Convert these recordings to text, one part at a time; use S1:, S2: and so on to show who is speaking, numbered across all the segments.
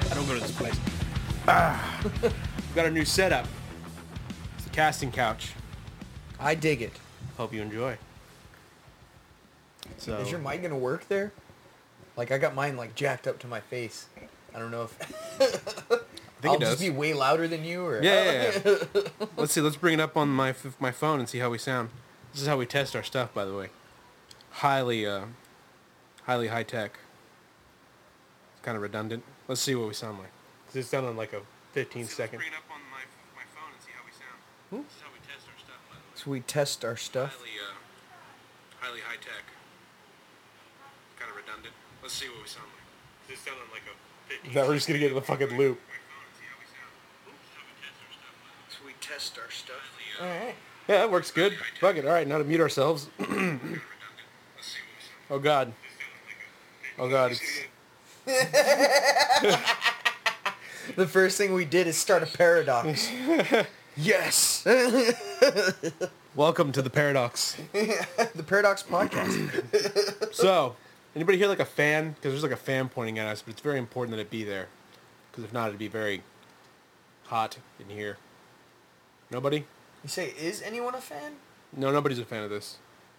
S1: I don't go to this place. We've got our new setup. It's the casting couch.
S2: I dig it.
S1: Hope you enjoy. So
S2: Is your mic gonna work there? Like I got mine like jacked up to my face. I don't know if
S1: I think
S2: I'll
S1: it does.
S2: just be way louder than you or
S1: yeah, yeah, yeah. let's see. Let's bring it up on my f- my phone and see how we sound. This is how we test our stuff, by the way. Highly, uh, highly high tech. It's kind of redundant. Let's see what we sound like. Does it sound on like a 15 second?
S3: Bring it up on my, my phone and see how we sound. This is how we test our stuff, by the way.
S2: So we test our stuff.
S1: Highly, uh, highly high tech. Kind of redundant. Let's see what we sound like. Does it sound on like a 15
S3: No, we're just gonna get in the fucking loop.
S1: My phone and see how we sound. This is how we test our stuff, by the way.
S2: So we test our stuff.
S1: Highly, uh,
S2: Alright.
S1: Yeah, that works good. Fuck it. All right, now to mute ourselves.
S3: Redundant. Let's see what we sound.
S1: Oh God. Oh God. It's,
S2: The first thing we did is start a paradox. yes. the
S1: welcome to the paradox.
S2: paradox podcast.
S1: So, anybody here like a fan? Because there's like a fan pointing at us, but it's very important that it be there. Because if not, it'd be very hot in here. Nobody?
S2: You say, is anyone a fan?
S1: No, nobody's a fan of this.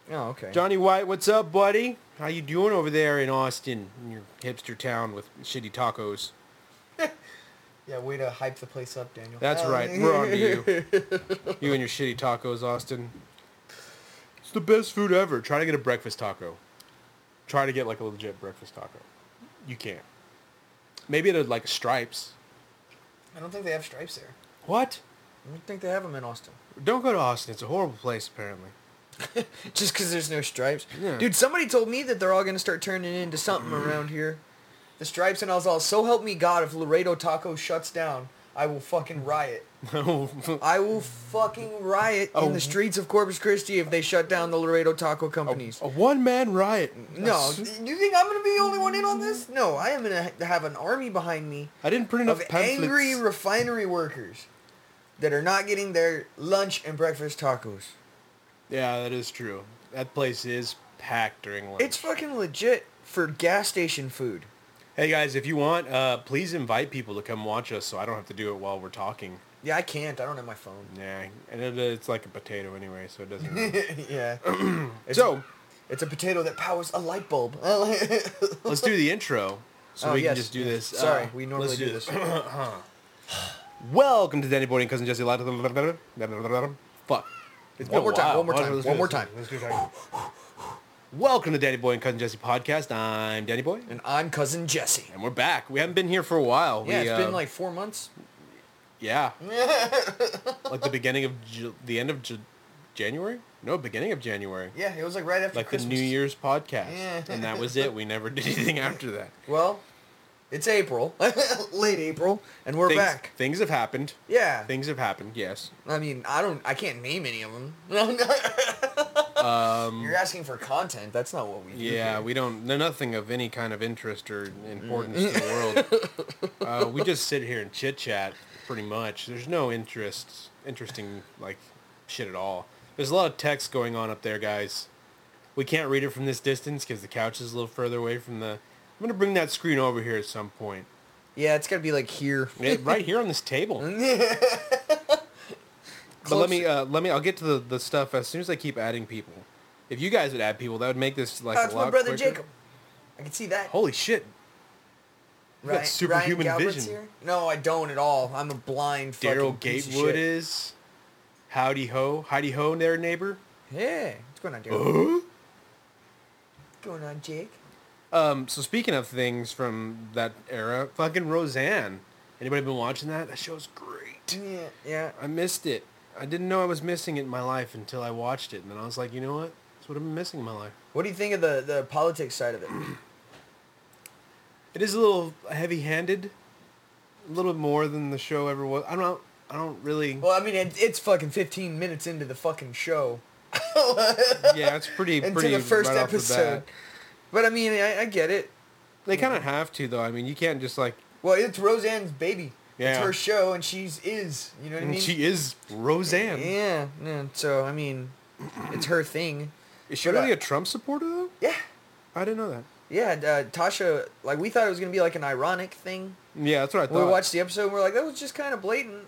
S2: Oh, okay.
S1: Johnny White, what's up, buddy? How you doing over there in Austin, in your hipster town with shitty tacos?
S2: Yeah, way to hype the place up, Daniel. Uh,
S1: That's right. We're on to you. You and your shitty tacos, Austin. It's the best food ever. Try to get a breakfast taco. Try to get like a legit breakfast taco. You can't. Maybe it'd like stripes.
S2: I don't think they have stripes there.
S1: What?
S2: I don't think they have them in Austin.
S1: Don't go to Austin. It's a horrible place, apparently.
S2: Just because there's no stripes.
S1: Yeah. Mm-hmm.
S2: Dude, somebody told me that they're all going to start turning into something around here. The stripes, and I was all, so help me God, if Laredo Taco shuts down, I will fucking riot. I will fucking riot in
S1: Oh.
S2: the streets of Corpus Christi if they shut down the Laredo Taco companies.
S1: a one-man riot.
S2: No, you think I'm going to be the only one in on this? No, I am going to have an army behind me
S1: I didn't print enough
S2: of
S1: pamphlets.
S2: angry refinery workers that are not getting their lunch and breakfast tacos.
S1: yeah, that is true. That place is packed during lunch.
S2: It's fucking legit for gas station food.
S1: hey guys, if you want, uh, please invite people to come watch us, so I don't have to do it while we're talking.
S2: Yeah, I can't. I don't have my phone.
S1: Nah, and it, it's like a potato anyway, so it doesn't. Really
S2: yeah. It's-
S1: So
S2: it's a potato that powers a light bulb.
S1: let's do the intro, so
S2: Oh,
S1: we
S2: yes,
S1: can just do
S2: yes.
S1: this.
S2: Sorry,
S1: Uh,
S2: we normally
S1: let's
S2: do this.
S1: Welcome to Danny Boyd and cousin Jesse. Live to the- Fuck. It's been
S2: One more
S1: a
S2: time,
S1: while.
S2: one more
S1: Let's
S2: time,
S1: do this,
S2: one more
S1: let's do
S2: time.
S1: this, let's do this. Welcome to Danny Boy and cousin Jesse podcast. I'm Danny Boy,
S2: and I'm cousin Jesse.
S1: and we're back. We haven't been here for a while.
S2: Yeah,
S1: we,
S2: it's
S1: uh,
S2: been like four months.
S1: yeah, like the beginning of Ju- the end of Ju- January. No, beginning of January.
S2: Yeah, it was like right after
S1: Like
S2: Christmas.
S1: the New Year's podcast,
S2: Yeah.
S1: and that was it. We never did anything after that.
S2: Well, it's April, late April, and we're
S1: things,
S2: back.
S1: Things have happened.
S2: Yeah.
S1: Things have happened. Yes.
S2: I mean, I don't. I can't name any of them. You're asking for content. That's not what we do.
S1: Um, Yeah,
S2: here.
S1: we don't. No, nothing of any kind of interest or importance to the
S2: Mm-hmm.
S1: world. Uh, we just sit here and chit chat, pretty much. There's no interest, interesting like shit at all. There's a lot of text going on up there, guys. We can't read it from this distance because the couch is a little further away from the. I'm gonna bring that screen over here at some point.
S2: Yeah, it's gotta be like here.
S1: Yeah, right here on this table. but let me, uh, let me. I'll get to the, the stuff as soon as I keep adding people. If you guys would add people, that would make this like
S2: That's
S1: a lot
S2: Oh, my brother
S1: quicker.
S2: Jacob. I can see that.
S1: Holy shit! You got
S2: Ryan-
S1: superhuman
S2: Ryan Galbraith's
S1: vision.
S2: here? No, I don't at all. I'm a blind fucking
S1: Daryl
S2: piece of
S1: Gatewood
S2: shit.
S1: is. Howdy ho, howdy ho, there neighbor.
S2: Yeah. What's going on, Daryl?
S1: Huh?
S2: What's going on, Jake?
S1: Um, so speaking of things from that era, fucking Roseanne. Anybody been watching that? That show's great.
S2: Yeah, yeah.
S1: I missed it. I didn't know I was missing it in my life until I watched it, and then I was like, you know what? That's what I've been missing in my life.
S2: What do you think of the, the politics side of it?
S1: It is a little heavy-handed, a little bit more than the show ever was. I don't. I don't really.
S2: Well, I mean, it, it's fucking 15 minutes into the fucking show.
S1: Yeah, it's pretty.
S2: Into
S1: pretty
S2: the first
S1: right off the
S2: episode.
S1: bat.
S2: but I mean, I, I get it.
S1: They kind of have to though. I mean, you can't just like.
S2: Well, it's Roseanne's baby. It's
S1: Yeah.
S2: her show, and she's is. You know what I mean?
S1: she is Roseanne.
S2: yeah, yeah. So I mean, it's her thing.
S1: Is she
S2: But I-
S1: really a Trump supporter though?
S2: Yeah,
S1: I didn't know that.
S2: yeah. and, Uh, Tasha, like we thought it was gonna be like an ironic thing.
S1: Yeah, that's what I
S2: We
S1: thought.
S2: watched the episode, and we're like, that was just kind of blatant,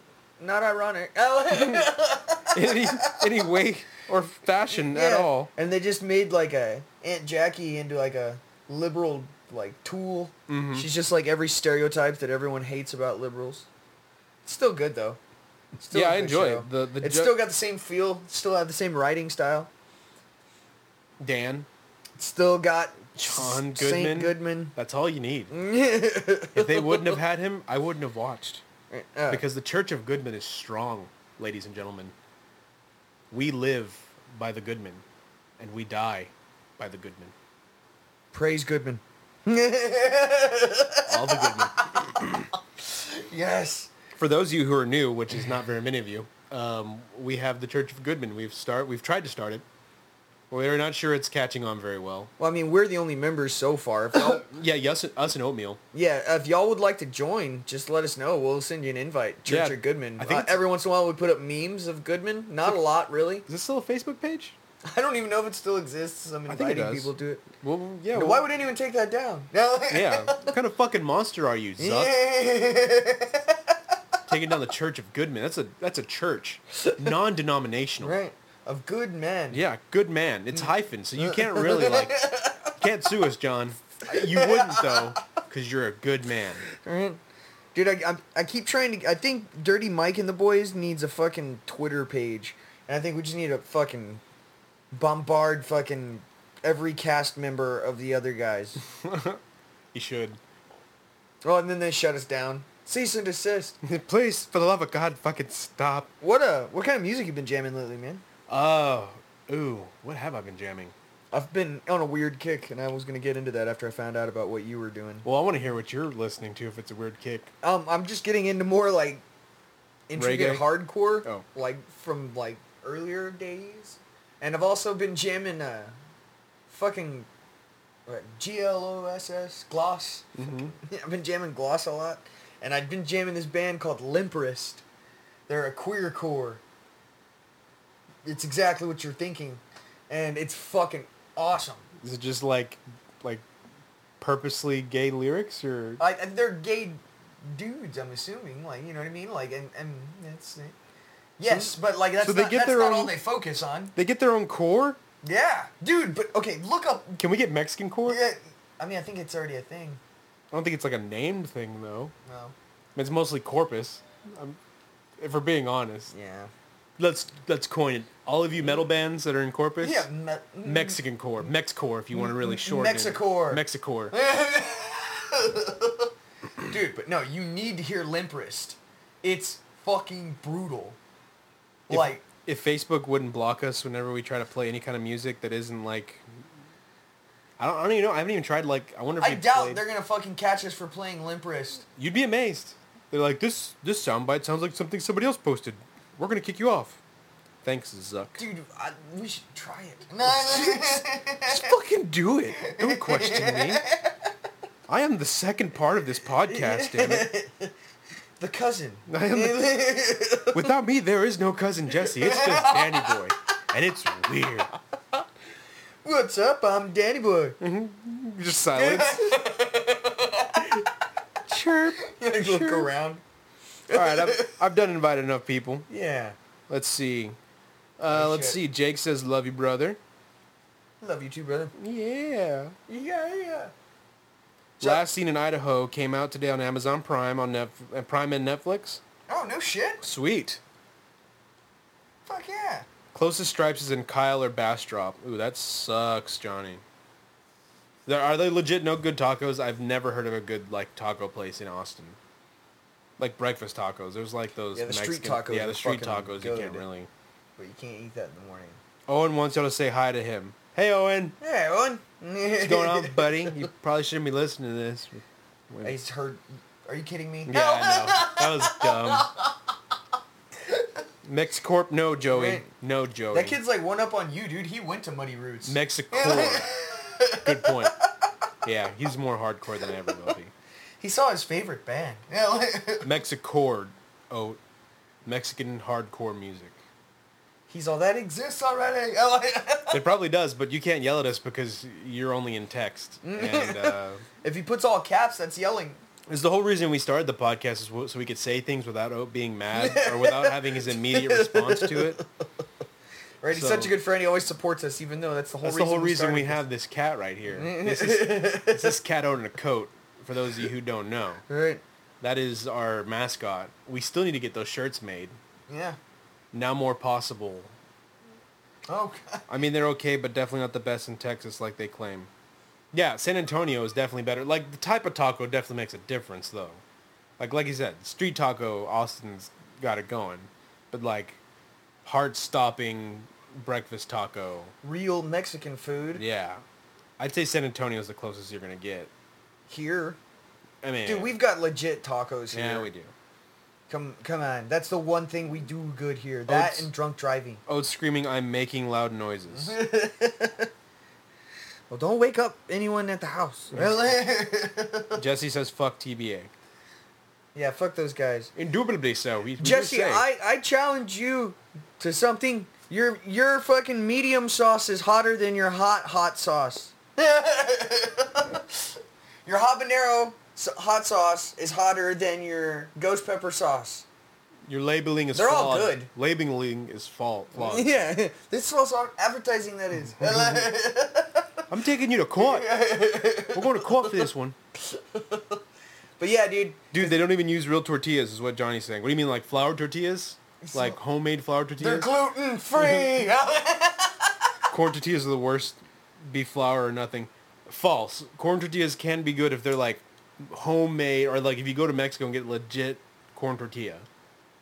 S2: not ironic. Oh,
S1: any any way or fashion at
S2: yeah.
S1: all.
S2: And they just made like a Aunt Jackie into like a liberal like tool.
S1: Mm-hmm.
S2: She's just like every stereotype that everyone hates about liberals. It's still good though. It's Still
S1: Yeah,
S2: a
S1: I
S2: good
S1: enjoy it.
S2: show.
S1: The- the
S2: it's
S1: ju-
S2: still got the same feel. Still have the same writing style.
S1: Dan,
S2: It's still got
S1: John
S2: S-
S1: Goodman.
S2: Saint Goodman.
S1: That's all you need. if they wouldn't have had him, I wouldn't have watched.
S2: Uh,
S1: Because the Church of Goodman is strong, ladies and gentlemen. We live by the Goodman, and we die by the Goodman.
S2: praise Goodman.
S1: All the Goodman.
S2: Yes.
S1: For those of you who are new, which is not very many of you, um, we have the Church of Goodman. We've start. We've tried to start it. We're not sure it's catching on very well.
S2: Well, I mean, we're the only members so far. If y'all,
S1: Yeah, yes, us and oatmeal.
S2: yeah, if y'all would like to join, just let us know. We'll send you an invite. Church
S1: Yeah,
S2: of Goodman.
S1: I
S2: I
S1: think
S2: think
S1: it's-
S2: every once in a while we put up memes of Goodman. Not a lot, really.
S1: Is this still a Facebook page?
S2: I don't even know if it still exists. I'm
S1: I
S2: inviting
S1: think it does.
S2: people to it.
S1: Well, yeah.
S2: Now,
S1: well,
S2: Why would anyone take that down? No.
S1: Yeah. what kind of fucking monster are you, Zuck? Taking down the Church of Goodman. That's a that's a church, non-denominational.
S2: right. Of good men.
S1: Yeah, good man. It's hyphen, so you can't really like can't sue us, John. You wouldn't though, because you're a good man.
S2: Right. Dude, I, I'm- I, keep trying to. I think Dirty Mike and the Boys needs a fucking Twitter page, and I think we just need to fucking bombard fucking every cast member of the other guys.
S1: You should.
S2: oh, and then they shut us down. Cease and desist.
S1: Please, for the love of God, fucking stop.
S2: What uh? What kind of music you been jamming lately, man?
S1: Oh, ooh, what have I been jamming?
S2: I've been on a weird kick, and I was gonna get into that after I found out about what you were doing.
S1: Well, I want to hear what you're listening to. If it's a weird kick,
S2: Um, I'm just getting into more like
S1: Reggae?
S2: intricate hardcore,
S1: Oh.
S2: like from like earlier days, and I've also been jamming uh, fucking what, GLOSS Gloss.
S1: Mm-hmm.
S2: I've been jamming Gloss a lot, and I've been jamming this band called Limperist. They're a queer core. It's exactly what you're thinking, and it's fucking awesome.
S1: is it just like like purposely gay lyrics or?
S2: I, and they're gay dudes, I'm assuming. Like, you know what I mean? Like, and, and that's it. Yes, but like that's
S1: so they
S2: not,
S1: get
S2: that's
S1: their
S2: not
S1: own-
S2: all they focus on.
S1: They get their own core?
S2: Yeah, dude. But okay, look up.
S1: Can we get Mexican core?
S2: Yeah, I mean, I think it's already a thing.
S1: I don't think it's like a named thing though.
S2: No.
S1: It's mostly corpus. Um if we're being honest,
S2: Yeah.
S1: let's let's coin it. All of you metal bands that are in corpus,
S2: Yeah. Me- mm,
S1: Mexican core, Mexcore, if you want to really shorten
S2: Mexicore.
S1: it. Mexicore,
S2: dude, but no, you need to hear Limprist. It's fucking brutal. Like,
S1: If Facebook wouldn't block us whenever we try to play any kind of music that isn't like, I don't, I don't even know. I haven't even tried. Like, I wonder if
S2: I
S1: we
S2: doubt
S1: played-
S2: they're gonna fucking catch us for playing Limprist.
S1: You'd be amazed. They're like, this this soundbite sounds like something somebody else posted. We're gonna kick you off. Thanks, Zuck.
S2: Dude, I, we should try it. No,
S1: Just fucking do it. Don't question me. I am the second part of this podcast, damn it.
S2: the cousin.
S1: I am the- Without me, there is no cousin Jesse. It's just Danny Boy, and it's weird.
S2: What's up? I'm Danny Boy.
S1: Just silence. Chirp.
S2: Look around.
S1: All right, I've, I've done invited enough people.
S2: Yeah.
S1: Let's see. Uh,
S2: Oh,
S1: let's
S2: shit.
S1: see. Jake says, "Love you, brother."
S2: Love you too, brother.
S1: Yeah.
S2: Yeah, yeah. So-
S1: Last seen in Idaho came out today on Amazon Prime on Netf- uh, Prime and Netflix.
S2: Oh, no shit.
S1: Sweet.
S2: Fuck yeah.
S1: Closest Stripes is in Kyle or Bastrop. Ooh, that sucks, Johnny. There are they legit no good tacos? I've never heard of a good like taco place in Austin. Like breakfast tacos. There's like those
S2: Yeah, the street tacos
S1: Yeah,
S2: are
S1: the street
S2: fucking
S1: tacos you can't
S2: good.
S1: really.
S2: But you can't eat that in the morning.
S1: Owen wants y'all to say hi to him. Hey Owen,
S2: Hey, Owen. What's
S1: what's going on, buddy? You probably shouldn't be listening to this.
S2: He's heard. Are you kidding me?
S1: Yeah, I know. That was dumb. MexCorp, no Joey,
S2: Right.
S1: no Joey.
S2: That kid's like one up on you, dude. He went to Muddy Roots.
S1: MexiCorp. Good point. Yeah, he's more hardcore than I ever will be.
S2: he saw his favorite band. Yeah, like-
S1: Mexicord. Oh, Mexican hardcore music.
S2: He's all that exists already. Yeah, like-
S1: It probably does, but you can't yell at us because you're only in text. And uh,
S2: if he puts all caps, that's yelling.
S1: it's the whole reason we started the podcast is w- so we could say things without O being mad or without having his immediate response to it.
S2: Right? He's
S1: So-
S2: such a good friend. He always supports us, even though that's the whole
S1: That's
S2: reason.
S1: the whole reason we
S2: started
S1: have this Mm. cat right here. This is, it's this cat out in a coat, for those of you who don't know.
S2: this. Right.
S1: That is our mascot. We still need to get those shirts made.
S2: Yeah.
S1: Now more possible.
S2: Oh, God.
S1: I mean, they're okay, but definitely not the best in Texas like they claim. Yeah, San Antonio is definitely better. Like, the type of taco definitely makes a difference, though. Like, like you said, street taco, Austin's got it going. But, like, heart-stopping breakfast taco,
S2: real Mexican food
S1: yeah. I'd say San Antonio's the closest you're going to get.
S2: here.
S1: I mean,
S2: Dude, we've got legit tacos here.
S1: yeah, we do.
S2: Come, come on. That's the one thing we do good here. That
S1: Oh, it's-
S2: and drunk driving.
S1: Oh, it's screaming, I'm making loud noises.
S2: Well, don't wake up anyone at the house.
S1: Jesse says, fuck TBA.
S2: yeah, fuck those guys.
S1: Indubitably so. We, we
S2: Jesse,
S1: say.
S2: I, I challenge you to something. Your your fucking medium sauce is hotter than your hot hot sauce. your habanero s- hot sauce is hotter than your ghost pepper sauce.
S1: Your labeling is
S2: They're all
S1: flawed.
S2: good.
S1: Labeling is fault. flawed.
S2: Yeah, this is also advertising that is.
S1: I'm taking you to court. We're going to court for this one.
S2: but yeah, dude,
S1: Dude, they don't even use real tortillas, is what Johnny's saying. What do you mean, like flour tortillas? Like homemade flour
S2: they're
S1: tortillas?
S2: gluten free.
S1: Corn tortillas are the worst. Beef flour or nothing. False. Corn tortillas can be good if they're like homemade or like if you go to Mexico and get legit corn tortilla.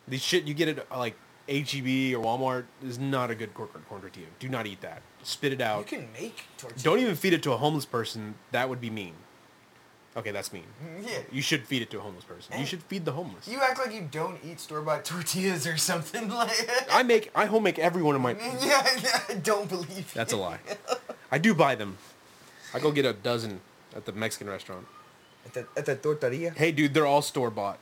S1: The shit you get at like HEB or Walmart is not a good corn, corn tortilla. Do not eat that. Spit it
S2: you
S1: out.
S2: can make tortillas.
S1: Don't even feed it to a homeless person. That would be mean. Okay, that's mean.
S2: Yeah.
S1: You should feed it to a homeless person. You should feed the homeless.
S2: You act like you don't eat store bought tortillas or something like.
S1: I make I home make every one of my.
S2: yeah, yeah, I don't believe
S1: That's a
S2: you.
S1: lie. I do buy them. I go get a dozen at the Mexican restaurant.
S2: At the, at the tortilla.
S1: Hey, dude, they're all store bought.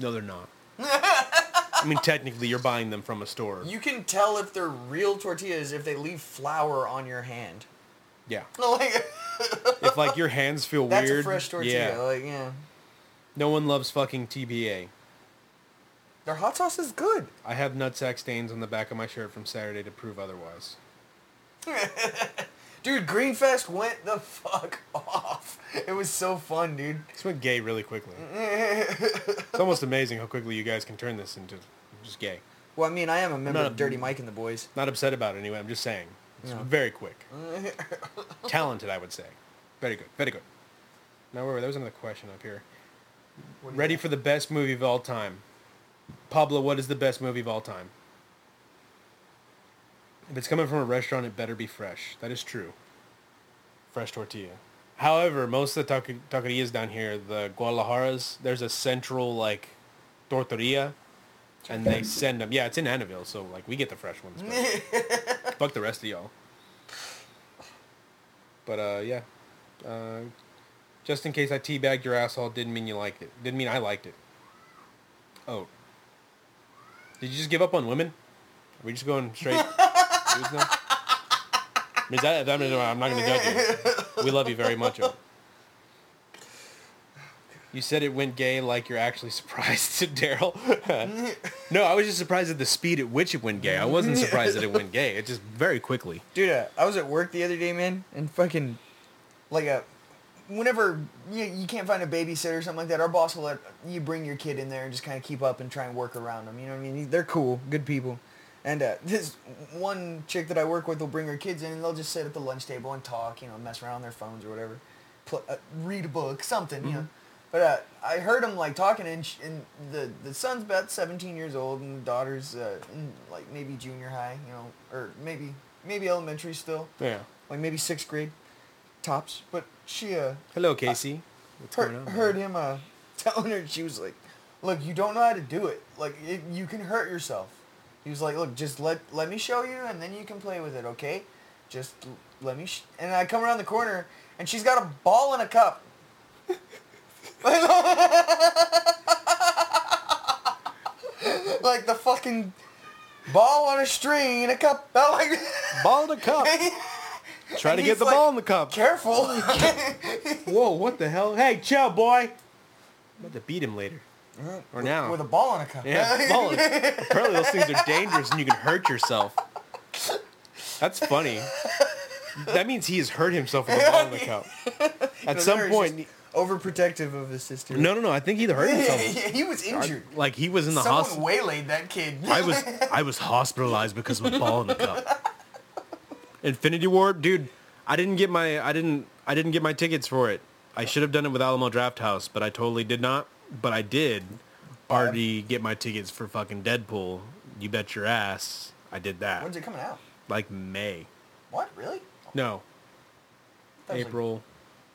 S1: No, they're not. I mean, technically, you're buying them from a store.
S2: You can tell if they're real tortillas if they leave flour on your hand.
S1: Yeah.
S2: No, like
S1: If like your hands feel
S2: that's
S1: weird.
S2: a fresh tortilla.
S1: Yeah.
S2: Like yeah,
S1: No one loves fucking TBA.
S2: their hot sauce is good.
S1: I have nutsack stains on the back of my shirt from Saturday to prove otherwise.
S2: Dude, Greenfest went the fuck off. It was so fun, dude.
S1: This went gay really quickly. it's almost amazing how quickly you guys can turn this into just gay.
S2: Well, I mean, I am a member
S1: Not a-
S2: of Dirty Mike and the Boys.
S1: Not upset about it anyway. I'm just saying. It's
S2: Yeah.
S1: very quick. Talented, I would say. Very good. Very good. Now, where were there was another question up here.
S2: What do you
S1: Ready
S2: think?
S1: for the best movie of all time. Pablo, what is the best movie of all time? If it's coming from a restaurant, it better be fresh. That is true. Fresh tortilla. However, most of the taco- taquerias down here, the Guadalajara's, there's a central like tortilla, and they send them. Yeah, it's in Annaville, so like we get the fresh ones. but fuck the rest of y'all. But uh, yeah. Uh, just in case I teabagged your asshole, didn't mean you liked it. Didn't mean I liked it. Oh. Did you just give up on women? Are we just going straight? dudes now? I mean, is that, I mean, I'm not going to judge you. We love you very much. Owen. You said it went gay like you're actually surprised to Daryl. no, I was just surprised at the speed at which it went gay. I wasn't surprised that it went gay. It just very quickly.
S2: Dude, uh, I was at work the other day, man, and fucking, like a, whenever you, you can't find a babysitter or something like that, our boss will let you bring your kid in there and just kind of keep up and try and work around them. You know what I mean? They're cool, good people. And uh, this one chick that I work with will bring her kids in, and they'll just sit at the lunch table and talk, you know, mess around on their phones or whatever, Pl uh, read a book, something, you know. But uh, I heard them like talking, and, sh- and the the son's about seventeen years old, and the daughter's uh, in, like maybe junior high, you know, or maybe maybe elementary still,
S1: Yeah.
S2: like maybe sixth grade, tops. But she uh,
S1: Hello, Casey. What's
S2: heard,
S1: going on?
S2: heard him uh, telling her she was like look you don't know how to do it like it, you can hurt yourself he was like look just let let me show you and then you can play with it okay just l- let me sh-. and i come around the corner and she's got a ball in a cup like the fucking ball on a string in a cup I'm like
S1: Ball in the cup. Try
S2: And
S1: to get
S2: he's
S1: the
S2: like-
S1: ball in the cup.
S2: careful
S1: Oh Whoa, what the hell? Hey, chill, boy. I'm about to beat him later. Or now.
S2: Uh-huh. with a ball in a cup
S1: yeah, ball in- Apparently those things are dangerous and you can hurt yourself. That's funny. That means he has hurt himself with a ball in the cup. At
S2: No,
S1: some
S2: Larry's
S1: point,
S2: just overprotective of his sister.
S1: no, no, no. I think he hurt himself.
S2: he was injured.
S1: Like he was in the
S2: Someone
S1: hospital.
S2: waylaid that kid.
S1: I was I was hospitalized because of a ball in the cup. Infinity War, dude. I didn't get my I didn't I didn't get my tickets for it. I should have done it with Alamo Draft House, but I totally did not. But I did already get my tickets for fucking Deadpool. You bet your ass, I did that.
S2: When's it coming out?
S1: Like May.
S2: What really?
S1: No,
S2: I thought it was like-
S1: April.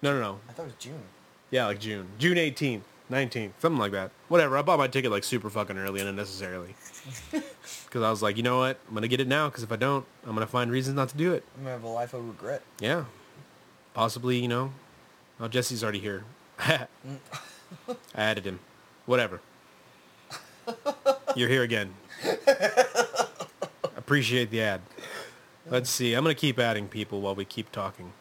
S1: No, no, no.
S2: I thought it was June.
S1: Yeah, like June, June eighteenth, nineteenth, something like that. Whatever. I bought my ticket like super fucking early and unnecessarily, because I was like, you know what, I'm gonna get it now. Because if I don't, I'm gonna find reasons not to do it.
S2: I'm gonna have a life of regret.
S1: Yeah, possibly. You know, oh Jesse's already here. I added him. Whatever. You're here again. Appreciate the ad. Let's see. I'm gonna keep adding people while we keep talking.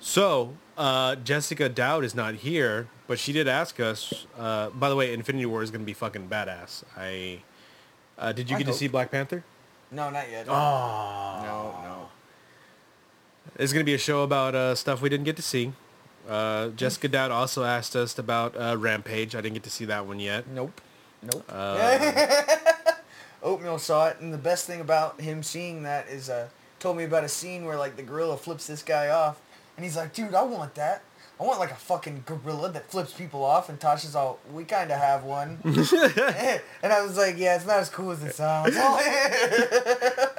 S1: So, uh, Jessica Dowd is not here, but she did ask us. Uh, by the way, Infinity War is going to be fucking badass. I uh, did you
S2: I
S1: get to
S2: hope.
S1: see Black Panther?
S2: No, not yet.
S1: Oh,
S2: no, no.
S1: it's going to be a show about uh, stuff we didn't get to see. Uh, Jessica Dowd also asked us about uh, Rampage. I didn't get to see that one yet.
S2: Nope. Nope. Oatmeal saw it, and the best thing about him seeing that is, uh, told me about a scene where like the gorilla flips this guy off, and he's like, "Dude, I want that. I want like a fucking gorilla that flips people off." And Tasha's all, "We kind of have one," and I was like, "Yeah, it's not as cool as it sounds."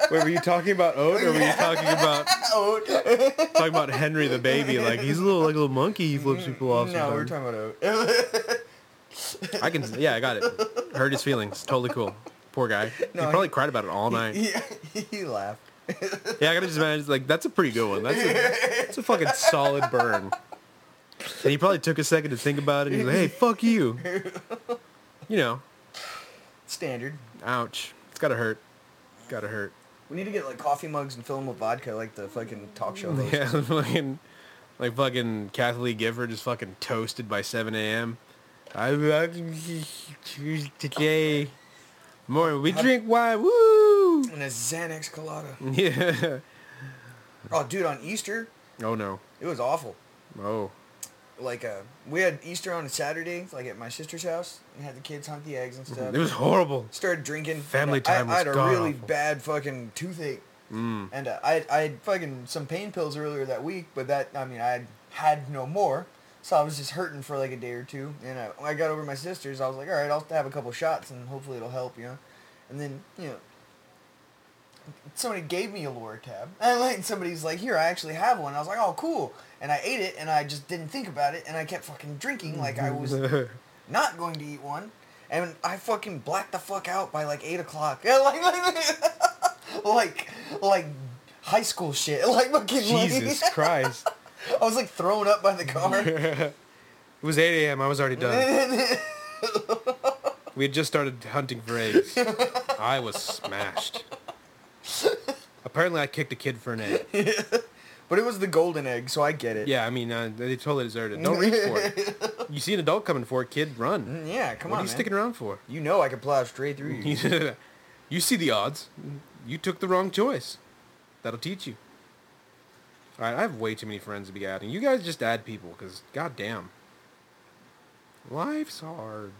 S1: Wait, were you talking about Oat or were you talking about
S2: Oat.
S1: talking about Henry the baby? Like he's a little like a little monkey. He flips people off.
S2: Mm. No, we're
S1: sometimes.
S2: talking about oat.
S1: I can. Yeah, I got it. Hurt his feelings. Totally cool. Poor guy.
S2: No,
S1: he probably
S2: he-
S1: cried about it all night.
S2: he, he laughed.
S1: yeah, I gotta just imagine. Like that's a pretty good one. That's a, that's a fucking solid burn. And he probably took a second to think about it. He's like, "Hey, fuck you." You know,
S2: Standard.
S1: ouch. It's gotta hurt. It's gotta hurt.
S2: We need to get like coffee mugs and fill them with vodka, like the fucking talk show. host.
S1: Yeah, fucking, like fucking Kathleen Gifford is fucking toasted by 7 a.m. I love you today. Morning, we drink wine. Woo!
S2: And a Xanax colada.
S1: Yeah.
S2: Oh, dude, on Easter,
S1: Oh no.
S2: it was awful.
S1: Oh.
S2: Like, uh, we had Easter on a Saturday, like at my sister's house, and had the kids hunt the eggs and stuff.
S1: It was horrible.
S2: Started drinking.
S1: Family
S2: and, uh, I-
S1: time
S2: I, had
S1: was Mm.
S2: a really
S1: god-awful.
S2: bad fucking toothache. And uh, I, I had fucking some pain pills earlier that week, but that, I mean, I had, had no more. So I was just hurting for like a day or two. And I, when I got over to my sister's, I was like, all right, I'll have a couple shots and hopefully it'll help, you know? And then, you know, somebody gave me a Loratab. And like, somebody's like, here, I actually have one. I was like, oh, cool. And I ate it and I just didn't think about it. And I kept fucking drinking like I was not going to eat one. And I fucking blacked the fuck out by like 8 o'clock. Yeah, like, like, like, like high school shit. Like fucking like-
S1: Jesus Christ.
S2: I was like thrown up by the car.
S1: It was 8 a.m. I was already done. we had just started hunting for eggs. I was smashed. Apparently, I kicked a kid for an egg.
S2: but it was the golden egg, so I get it.
S1: Yeah, I mean, uh, they totally deserved it. Don't reach for it. You see an adult coming for it, kid, run.
S2: Mm, Yeah, come
S1: what
S2: on.
S1: are you
S2: man.
S1: sticking around for?
S2: You know I could plow straight through you.
S1: you see the odds. You took the wrong choice. That'll teach you. All right, I have way too many friends to be adding. You guys just add people, because goddamn. Life's hard.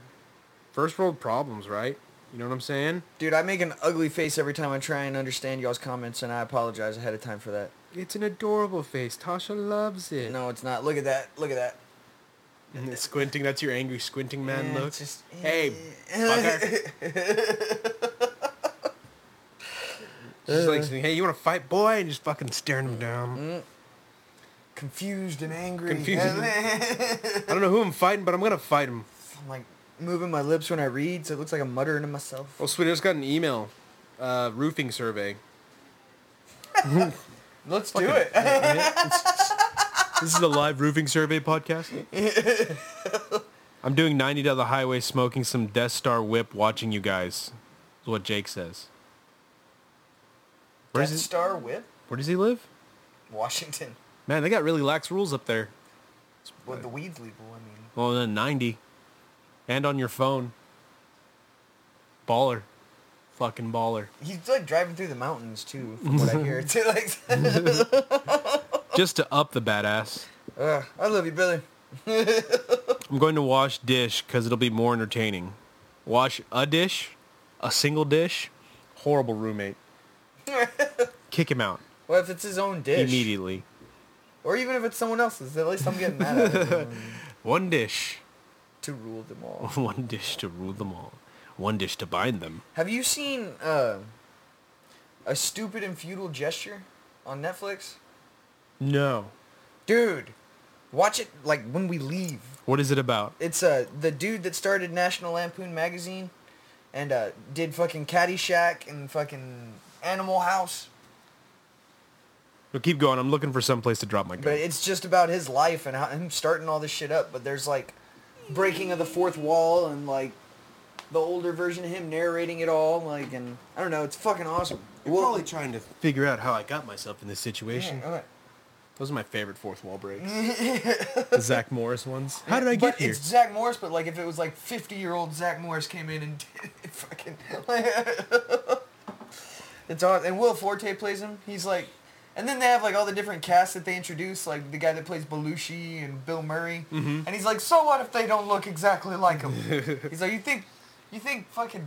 S1: First world problems, right? You know what I'm saying?
S2: Dude, I make an ugly face every time I try and understand y'all's comments, and I apologize ahead of time for that.
S1: It's an adorable face. Tasha loves it.
S2: No, it's not. Look at that. Look at that.
S1: And it's squinting. That's your angry squinting man
S2: Eh,
S1: look.
S2: it's just-
S1: hey, fucker. She's like, saying, hey, you want to fight, boy? And just fucking staring him down.
S2: Confused and angry.
S1: Confused. I don't know who I'm fighting, but I'm gonna fight him.
S2: I'm like moving my lips when I read, so it looks like I'm muttering to myself.
S1: Well, Oh, sweet, I just got an email, uh, roofing survey.
S2: Let's do it.
S1: This is a live roofing survey podcast. I'm doing 90 down the highway, smoking some Death Star whip, watching you guys. Is what Jake says. Where,
S2: Death
S1: is he,
S2: Star Whip,
S1: where does he live?
S2: Washington.
S1: Man, they got really lax rules up there.
S2: Well, the weed's legal. I mean,
S1: Well, then 90. And on your phone. Baller. Fucking baller.
S2: he's like driving through the mountains too, from what I hear. It's like,
S1: Just to up the badass.
S2: Ugh, I love you, brother.
S1: I'm going to wash dish because it'll be more entertaining. Wash a dish, a single dish. Horrible roommate. Kick him out
S2: Well, if it's his own dish,
S1: immediately.
S2: or even if it's someone else's, at least I'm getting mad at him
S1: One dish.
S2: to rule them all.
S1: One dish to rule them all. One dish to bind them.
S2: Have you seen uh, a stupid and futile gesture on Netflix?
S1: No.
S2: Dude, watch it like when we leave.
S1: What is it about?
S2: It's uh the dude that started National Lampoon magazine, and uh did fucking Caddyshack and fucking Animal House.
S1: Well, keep going. I'm looking for some place to drop my
S2: But
S1: gun.
S2: it's just about his life and how, him starting all this shit up. But there's like breaking of the fourth wall and like the older version of him narrating it all. Like and I don't know, it's fucking awesome.
S1: We're probably trying to figure out how I got myself in this situation. Those are my favorite fourth wall breaks. the Zach Morris ones. How did I get
S2: but
S1: here?
S2: It's Zach Morris, but like if it was like fifty year old Zach Morris came in and did it, fucking. it's awesome. And Will Forte plays him. He's like, and then they have like all the different casts that they introduce, like the guy that plays Belushi and Bill Murray.
S1: Mm-hmm.
S2: And he's like, so what if they don't look exactly like him? he's like, you think, you think fucking,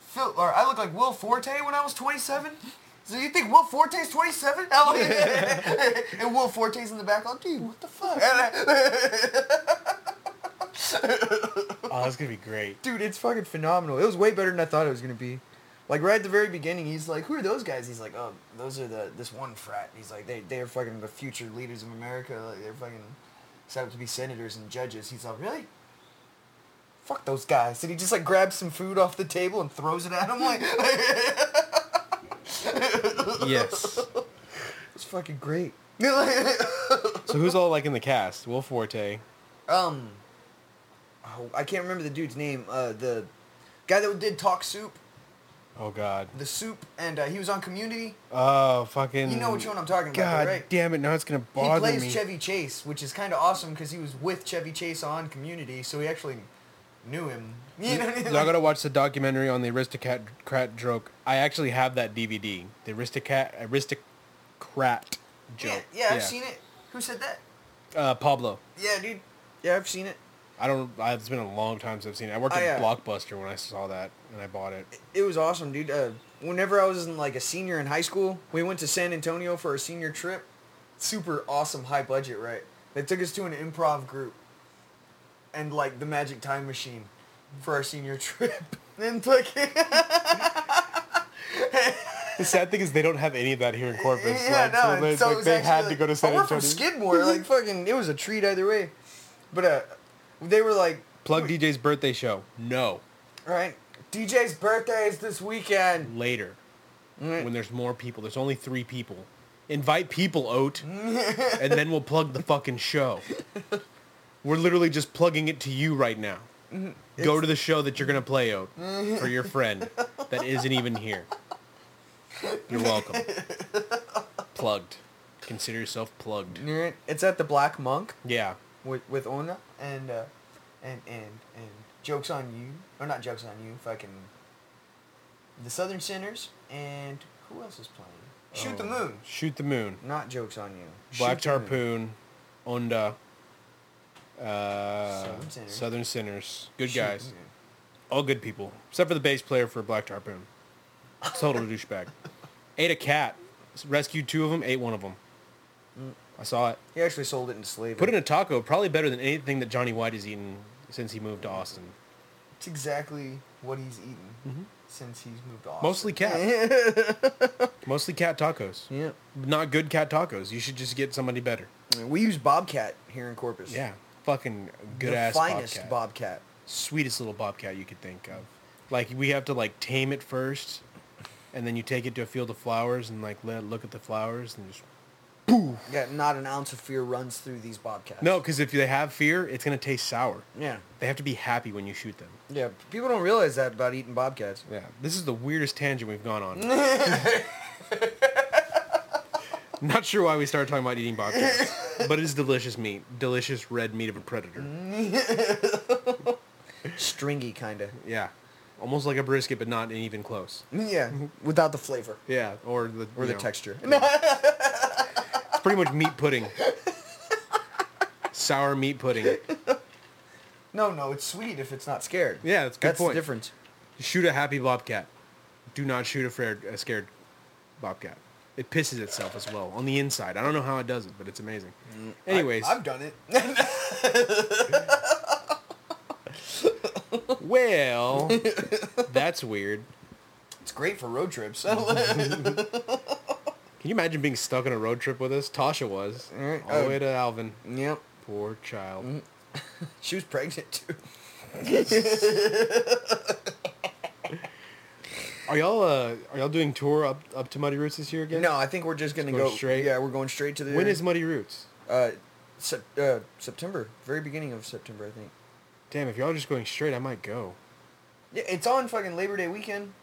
S2: Phil or I look like Will Forte when I was twenty seven. So you think Will Forte's 27? and Will Forte's in the back, like, dude, what the fuck?
S1: Oh, that's gonna be great.
S2: dude, it's fucking phenomenal. It was way better than I thought it was gonna be. Like right at the very beginning, he's like, "Who are those guys?" He's like, "Oh, those are the this one frat." He's like, "They they're fucking the future leaders of America. Like they're fucking set up to be senators and judges." He's like, "Really? Fuck those guys!" And he just like grabs some food off the table and throws it at him. Like
S1: Yes.
S2: it's fucking great.
S1: So who's all like in the cast? Will Forte.
S2: um, oh, I can't remember the dude's name. Uh, the guy that did Talk Soup,
S1: Oh God.
S2: the soup, and uh, he was on Community.
S1: Oh fucking.
S2: You know which one I'm talking about,
S1: God
S2: though, right?
S1: damn it! Now it's gonna
S2: He
S1: bother
S2: plays
S1: me.
S2: Chevy Chase, which is kind of awesome because he was with Chevy Chase on Community, so he actually knew him. You know what I mean?
S1: Y'all gotta watch the documentary on the Aristocrat Crat joke. I actually have that DVD. The Aristocrat Aristocrat
S2: yeah,
S1: joke.
S2: yeah, I've seen it. Who said that?
S1: Uh, Pablo.
S2: Yeah, dude. Yeah, I've seen it.
S1: I don't. I- It's been a long time since I've seen it. I worked
S2: I,
S1: at
S2: uh,
S1: Blockbuster when I saw that and I bought it.
S2: It was awesome, dude. Uh, whenever I was in like a senior in high school, we went to San Antonio for a senior trip. Super awesome, high budget, right? They took us to an improv group and like the Magic Time Machine for our senior trip. and like.
S1: The sad thing is they don't have any of that here in Corpus.
S2: Yeah,
S1: like,
S2: no.
S1: so
S2: and
S1: they,
S2: so it
S1: like,
S2: was
S1: they
S2: actually
S1: had to
S2: like-
S1: go to San
S2: oh, we're from
S1: Antonio.
S2: Skidmore. Like fucking, it was a treat either way. But uh, they were like,
S1: Plug DJ's birthday show. No,
S2: all right, DJ's birthday is this weekend.
S1: later.
S2: Mm.
S1: When there's more people. There's only three people. Invite people, Oat, and then we'll plug the fucking show. We're literally just plugging it to you right now.
S2: Mm-hmm.
S1: Go to the show that you're gonna play, Oat, for your friend that isn't even here. You're welcome. Plugged. Consider yourself plugged.
S2: All right, It's at the Black Monk
S1: Yeah.
S2: with with Ona and uh, and and and jokes on you or not jokes on you. Fucking the Southern Sinners and who else is playing? Shoot the Moon.
S1: Shoot the moon.
S2: Not jokes on you.
S1: Oh. Black
S2: Shoot the Moon.
S1: Tarpoon, Onda, uh,
S2: Southern Sinners.
S1: Southern Sinners. Good
S2: Shoot the
S1: guys.
S2: Moon.
S1: all good people, except for the bass player for Black Tarpoon. Total douchebag. Ate a cat. Rescued two of them. Ate one of them.
S2: Mm.
S1: I saw it.
S2: He actually sold it into slavery.
S1: Put in a taco. Probably better than anything that Johnny White has eaten since he moved to Austin.
S2: It's exactly what he's eaten since he's moved off.
S1: Mm-hmm. Mostly cat. Mostly cat tacos.
S2: Yeah.
S1: Not good cat tacos. You should just get somebody better.
S2: I mean, we use Bobcat here in Corpus.
S1: Yeah. Fucking good
S2: the
S1: ass
S2: finest
S1: bobcat.
S2: Bobcat.
S1: Sweetest little bobcat you could think of. Like we have to like tame it first, and then you take it to a field of flowers and like let it look at the flowers and just
S2: Yeah, not an ounce of fear runs through these Bobcats.
S1: no, because if they have fear, it's gonna taste sour.
S2: Yeah.
S1: They have to be happy when you shoot them.
S2: Yeah. People don't realize that about eating Bobcats.
S1: Yeah, this is the weirdest tangent we've gone on. Not sure why we started talking about eating bobcats, but it is delicious meat, delicious red meat of a predator.
S2: Mm-hmm. Stringy, kind of.
S1: Yeah, almost like a brisket, but not even close.
S2: Yeah. Without the flavor
S1: Mm-hmm. Yeah, or the
S2: or
S1: you
S2: the
S1: know,
S2: texture.
S1: It's pretty much meat pudding. Sour meat pudding.
S2: No, no, it's sweet if it's not scared.
S1: Yeah, that's a good
S2: That's
S1: point.
S2: the difference.
S1: Shoot a happy bobcat. Do not shoot a, fair, a scared bobcat. It pisses itself as well on the inside. I don't know how it does it, but it's amazing.
S2: Mm,
S1: Anyways,
S2: I've done it.
S1: well, that's weird.
S2: It's great for road trips.
S1: Mm-hmm. Can you imagine being stuck on a road trip with us? Tasha was.
S2: Mm,
S1: All the
S2: oh.
S1: way to Alvin.
S2: yep.
S1: Poor child.
S2: She was pregnant too. Mm.
S1: Are y'all uh, are y'all doing tour up up to Muddy Roots this year again?
S2: No, I think we're just gonna
S1: Going
S2: go
S1: straight?
S2: Yeah, we're going straight to the.
S1: When is Muddy Roots?
S2: uh, sep- uh September? Very beginning of September, I think.
S1: Damn, if y'all are just going straight, I might go.
S2: Yeah, it's on fucking Labor Day weekend.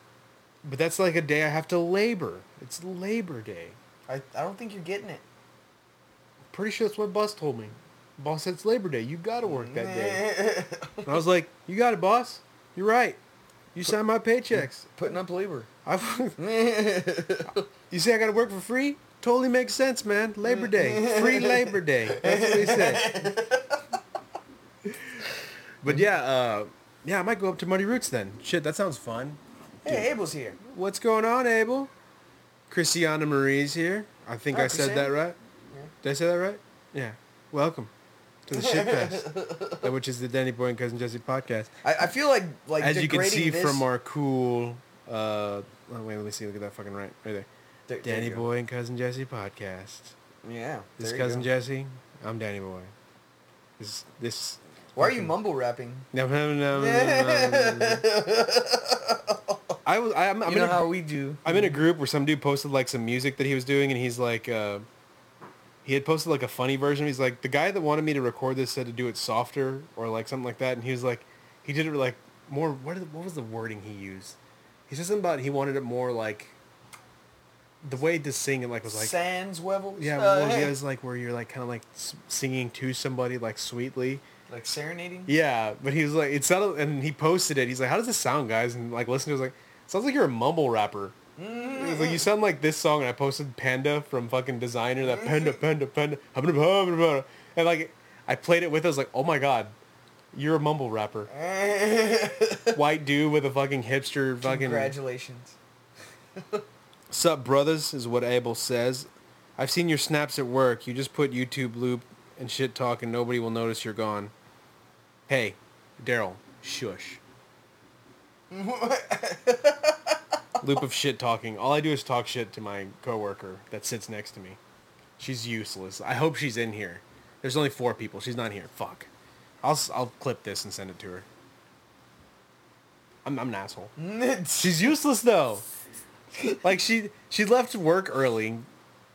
S1: But that's like a day I have to labor. It's Labor Day.
S2: I I don't think you're getting it.
S1: Pretty sure that's what boss told me. Boss said it's Labor Day. You gotta work that day. and I was like, you got it, boss. You're right. You signed my paychecks.
S2: Putting up labor.
S1: I, you say I gotta work for free? Totally makes sense, man. Labor Day, free Labor Day. That's what they say. But yeah, uh, yeah, I might go up to Muddy Roots then. Shit, that sounds fun.
S2: Hey, Abel's here.
S1: What's going on, Abel? Christiana Marie's here. I think
S2: Hi,
S1: I said that
S2: Oh, Christiana.
S1: right. Did I say that right? Yeah. Welcome to the Shitfest, uh, which is the Danny Boy and Cousin Jesse podcast.
S2: I, I feel like like
S1: As you can
S2: degrading
S1: see
S2: this-
S1: from our cool, uh, oh, wait, let me see. Look at that fucking right, right there.
S2: There- there
S1: Danny
S2: you go.
S1: Boy and Cousin Jesse podcast.
S2: Yeah.
S1: This
S2: there
S1: is
S2: you
S1: Cousin
S2: go.
S1: Jesse. I'm Danny Boy. This this.
S2: Why are you mumble rapping?
S1: No, no, no, no, no, no. I was. I, I'm, I'm
S2: you know
S1: in a,
S2: how we do.
S1: I'm in a group where some dude posted like some music that he was doing, and he's like, uh, he had posted like a funny version. He's like, the guy that wanted me to record this said to do it softer or like something like that, and he was like, he did it like more. What did- what was the wording he used? He said something about he wanted it more like. The way to sing it like was like
S2: Sans Wevels.
S1: yeah,
S2: Uh,
S1: well,
S2: hey.
S1: yeah, it's like where you're like kind of like s- singing to somebody like sweetly.
S2: like serenading.
S1: Yeah, but he was like, it sounded, and he posted it. He's like, how does this sound, guys? And like, listen to it, was like, sounds like you're a mumble rapper. He was like, you sound like this song, and I posted Panda from fucking Designer, that Panda, Panda, Panda, hum, hum, hum, hum, hum. and like, I played it with, I was like, oh my god, you're a mumble rapper. White dude with a fucking hipster fucking
S2: Congratulations.
S1: Sup, brothers, is what Abel says. I've seen your snaps at work. You just put YouTube loop and shit talk and nobody will notice you're gone. Hey, Daryl, shush. loop of shit talking. All I do is talk shit to my coworker that sits next to me. She's useless. I hope she's in here. There's only four people. She's not here. Fuck. I'll, s- I'll clip this and send it to her. I'm, I'm an asshole. She's useless though. Like she she left work early.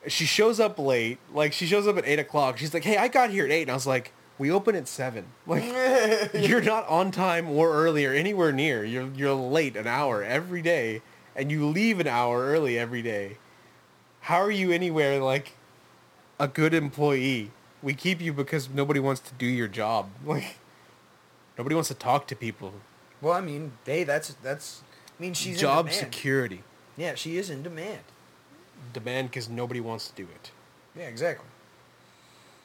S1: She shows up late. Like she shows up at eight o'clock. She's like, "Hey, I got here at 8. and I was like, "We open at 7. Like you're not on time or early or anywhere near. You're you're late an hour every day, and you leave an hour early every day. How are you anywhere like a good employee? We keep you because nobody wants to do your job. Like nobody wants to talk to people.
S2: Well, I mean, hey, that's that's. I mean, she's in
S1: job
S2: demand.
S1: security.
S2: Yeah, she is in demand.
S1: demand because nobody wants to do it.
S2: Yeah, exactly.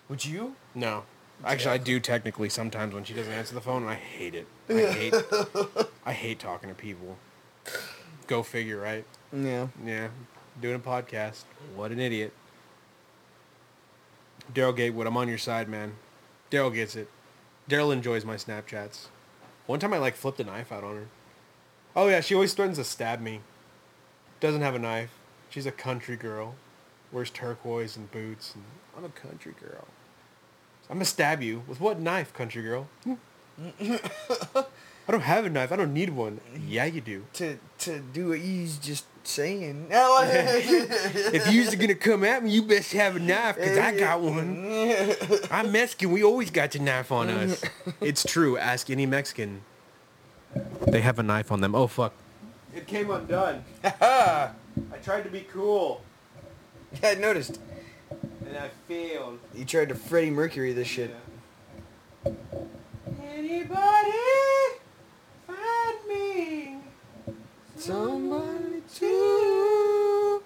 S2: Would you?
S1: No. Actually, I do technically sometimes when she doesn't answer the phone, and I hate it. I hate, I hate talking to people. Go figure, right?
S2: Yeah.
S1: Yeah, doing a podcast. What an idiot. Daryl Gatewood, I'm on your side, man. Daryl gets it. Daryl enjoys my Snapchats. One time I like flipped a knife out on her. Oh yeah, she always threatens to stab me. Doesn't have a knife. She's a country girl. Wears turquoise and boots. And I'm a country girl. I'm gonna stab you with what knife, country girl? Hmm? I don't have a knife. I don't need one. Yeah, you do.
S2: To to do what you was just saying. No,
S1: If you're gonna come at me, you best have a knife, cause I got one. I'm Mexican. We always got the knife on us. It's true. Ask any Mexican. They have a knife on them. Oh fuck. It came undone. I tried to be cool,
S2: I noticed.
S1: and I failed.
S2: You tried to Freddie Mercury this shit.
S1: Anybody find me?
S2: Somebody to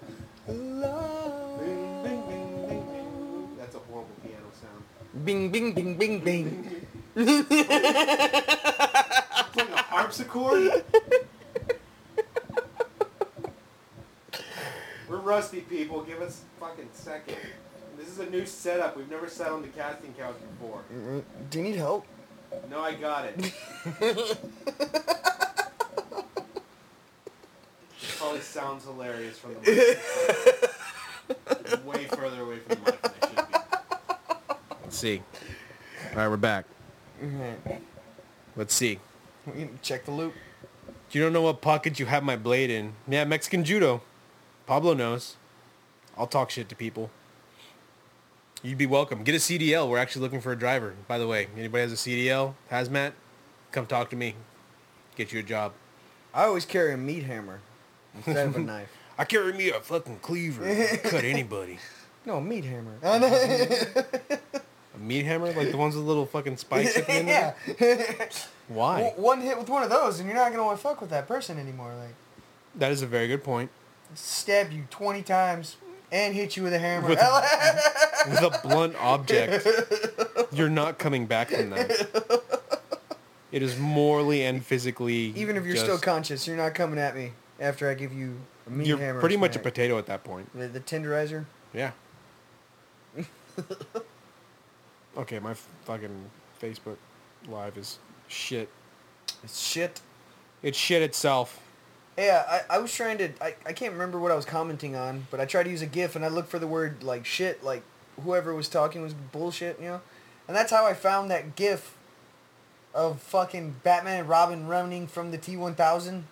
S1: Bing, bing,
S2: love.
S1: bing, bing, bing. That's a horrible piano sound.
S2: Bing bing bing bing bing.
S1: It's like a harpsichord. We're rusty people. Give us a fucking second. This is a new setup. We've never sat on the casting couch before.
S2: Do you need help?
S1: No, I got it. Probably sounds hilarious from the mic. Way further away from the mic than it should be. Let's see. All right, we're back. Let's see.
S2: We can Check the loop.
S1: You don't know what pocket you have my blade in. Yeah, Mexican judo. Pablo knows. I'll talk shit to people. You'd be welcome. Get a CDL. We're actually looking for a driver. By the way, anybody has a CDL, hazmat, come talk to me. Get you a job.
S2: I always carry a meat hammer instead of a knife.
S1: I carry me a fucking cleaver. I Cut anybody.
S2: No, a meat hammer.
S1: A meat hammer, like the ones with little fucking spikes at the end.
S2: yeah.
S1: Of it? Why?
S2: W- One hit with one of those, and you're not gonna want to fuck with that person anymore. Like,
S1: That is a very good point.
S2: stab you twenty times and hit you with a hammer.
S1: With a, with a blunt object, you're not coming back from that. It is morally and physically.
S2: Even if you're still
S1: just-
S2: conscious, you're not coming at me after I give you a meat
S1: you're
S2: hammer.
S1: pretty much a
S2: smack.
S1: potato at that point.
S2: The, the tenderizer.
S1: Yeah. okay, my f- fucking Facebook live is shit.
S2: It's shit.
S1: It's shit itself.
S2: Yeah, I, I was trying to. I, I can't remember what I was commenting on, but I tried to use a GIF and I looked for the word like shit, like whoever was talking was bullshit, you know? And that's how I found that GIF of fucking Batman and Robin running from the T 1000.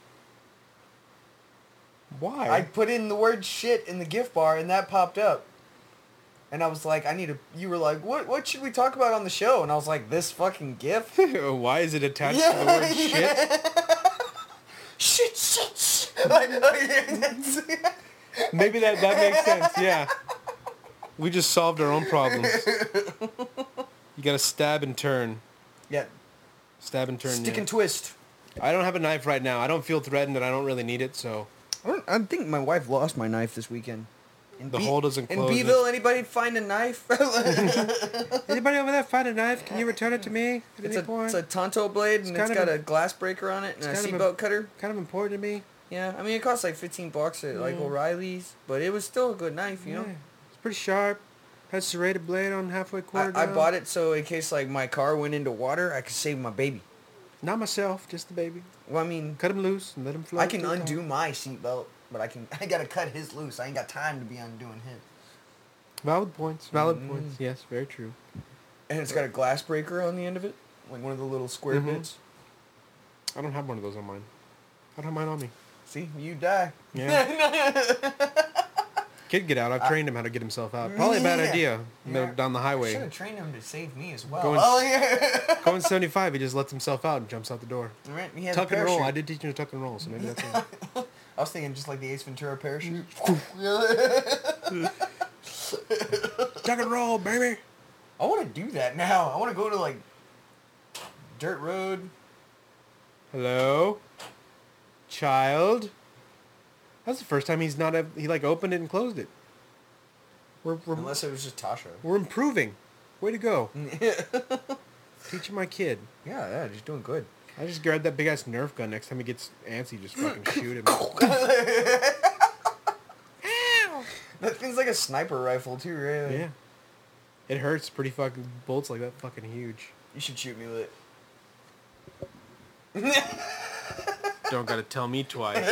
S1: Why?
S2: I put in the word shit in the GIF bar and that popped up. And I was like, I need to. You were like, what, what should we talk about on the show? And I was like, this fucking GIF?
S1: Why is it attached to the word shit?
S2: shit, shit, shit. Like, that's-
S1: Maybe that, that makes sense, yeah. We just solved our own problems. You gotta stab and turn.
S2: yeah,
S1: Stab and turn.
S2: stick
S1: yeah.
S2: and twist.
S1: I don't have a knife right now. I don't feel threatened and I don't really need it, so
S2: I, don't, I think my wife lost my knife this weekend. In
S1: The hole doesn't
S2: in
S1: close.
S2: Beeville, anybody find a knife?
S1: Anybody over there find a knife? Can you return it to me at
S2: it's, a, it's a Tonto blade, and it's
S1: kind of
S2: got
S1: a-
S2: a glass breaker on it, and a
S1: kind of a-
S2: seatbelt cutter.
S1: kind of important to me.
S2: Yeah, I mean it costs like fifteen bucks at like O'Reilly's, but it was still a good knife, you know.
S1: It's pretty sharp. Has serrated blade on halfway quarter.
S2: I, I bought it so in case like my car went into water, I could save my baby.
S1: Not myself, just the baby.
S2: Well, I mean,
S1: Cut him loose and let him float.
S2: I can
S1: through time.
S2: undo my seatbelt, but I can I gotta cut his loose. I ain't got time to be undoing his.
S1: Valid points. Valid
S2: Mm.
S1: points. Yes, very true.
S2: And it's got a glass breaker on the end of it, like one of the little square
S1: Mhm.
S2: bits.
S1: I don't have one of those on mine. I don't have mine on me.
S2: See, you die.
S1: Yeah. Kid, get out. I've trained him how to get himself out. Probably a bad
S2: Mm, Yeah.
S1: idea. No,
S2: Yeah.
S1: Down the
S2: Should
S1: highway.
S2: have trained him to save me as well.
S1: Going-
S2: oh yeah.
S1: Going 75, he just lets himself out and jumps out the door.
S2: Right, he has
S1: tuck
S2: a
S1: and roll. I
S2: parachute.
S1: did teach him to tuck and roll, so maybe that's it.
S2: I was thinking just like the Ace Ventura parachute. Mm.
S1: tuck and roll, baby.
S2: I want to do that now. I want to go to like dirt road.
S1: Hello, child. That's the first time he's not. ev- He like opened it and closed it. We're we're,
S2: Unless it was just Tasha.
S1: we're improving. Way to go. Teaching my kid.
S2: Yeah, yeah, just doing good.
S1: I just grabbed that big ass Nerf gun. Next time he gets antsy, just fucking shoot him.
S2: That thing's like a sniper rifle too, right?
S1: Yeah. It hurts pretty fucking. Bolts like that fucking huge.
S2: You should shoot me with it.
S1: Don't gotta tell me twice.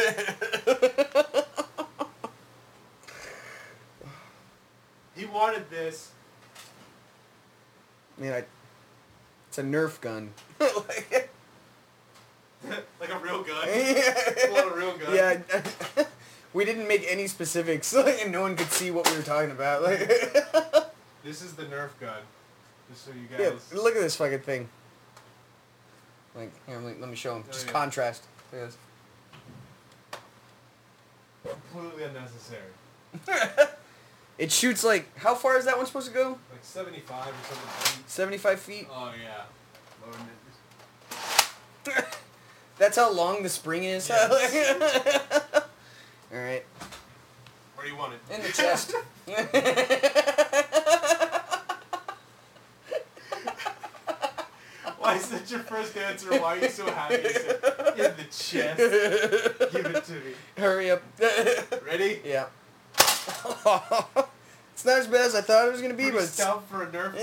S4: He wanted this.
S2: I mean, I. It's a Nerf gun.
S4: Like a real gun.
S2: yeah.
S4: Pull out a real gun.
S2: Yeah. we didn't make any specifics, like, and no one could see what we were talking about. Like,
S1: This is the Nerf gun.
S4: Just so you guys.
S2: yeah, look at this fucking thing. Like, here, let me, let me show him.
S4: Oh,
S2: Just
S4: yeah.
S2: contrast. Look at this.
S4: Completely unnecessary.
S2: It shoots like how far is that one supposed to go?
S4: Like 75 or something.
S2: Seventy-five feet.
S4: Oh yeah. Lower than-
S2: That's how long the spring is. All right,
S4: Where do you want it?
S2: in the chest.
S4: Why is that your first answer? Why are you so happy? You said, In the chest. Give it to me.
S2: Hurry up.
S4: Ready?
S2: yeah. it's not as bad as I thought it was gonna be,
S4: Pretty
S2: but it's-
S4: stout for a Nerf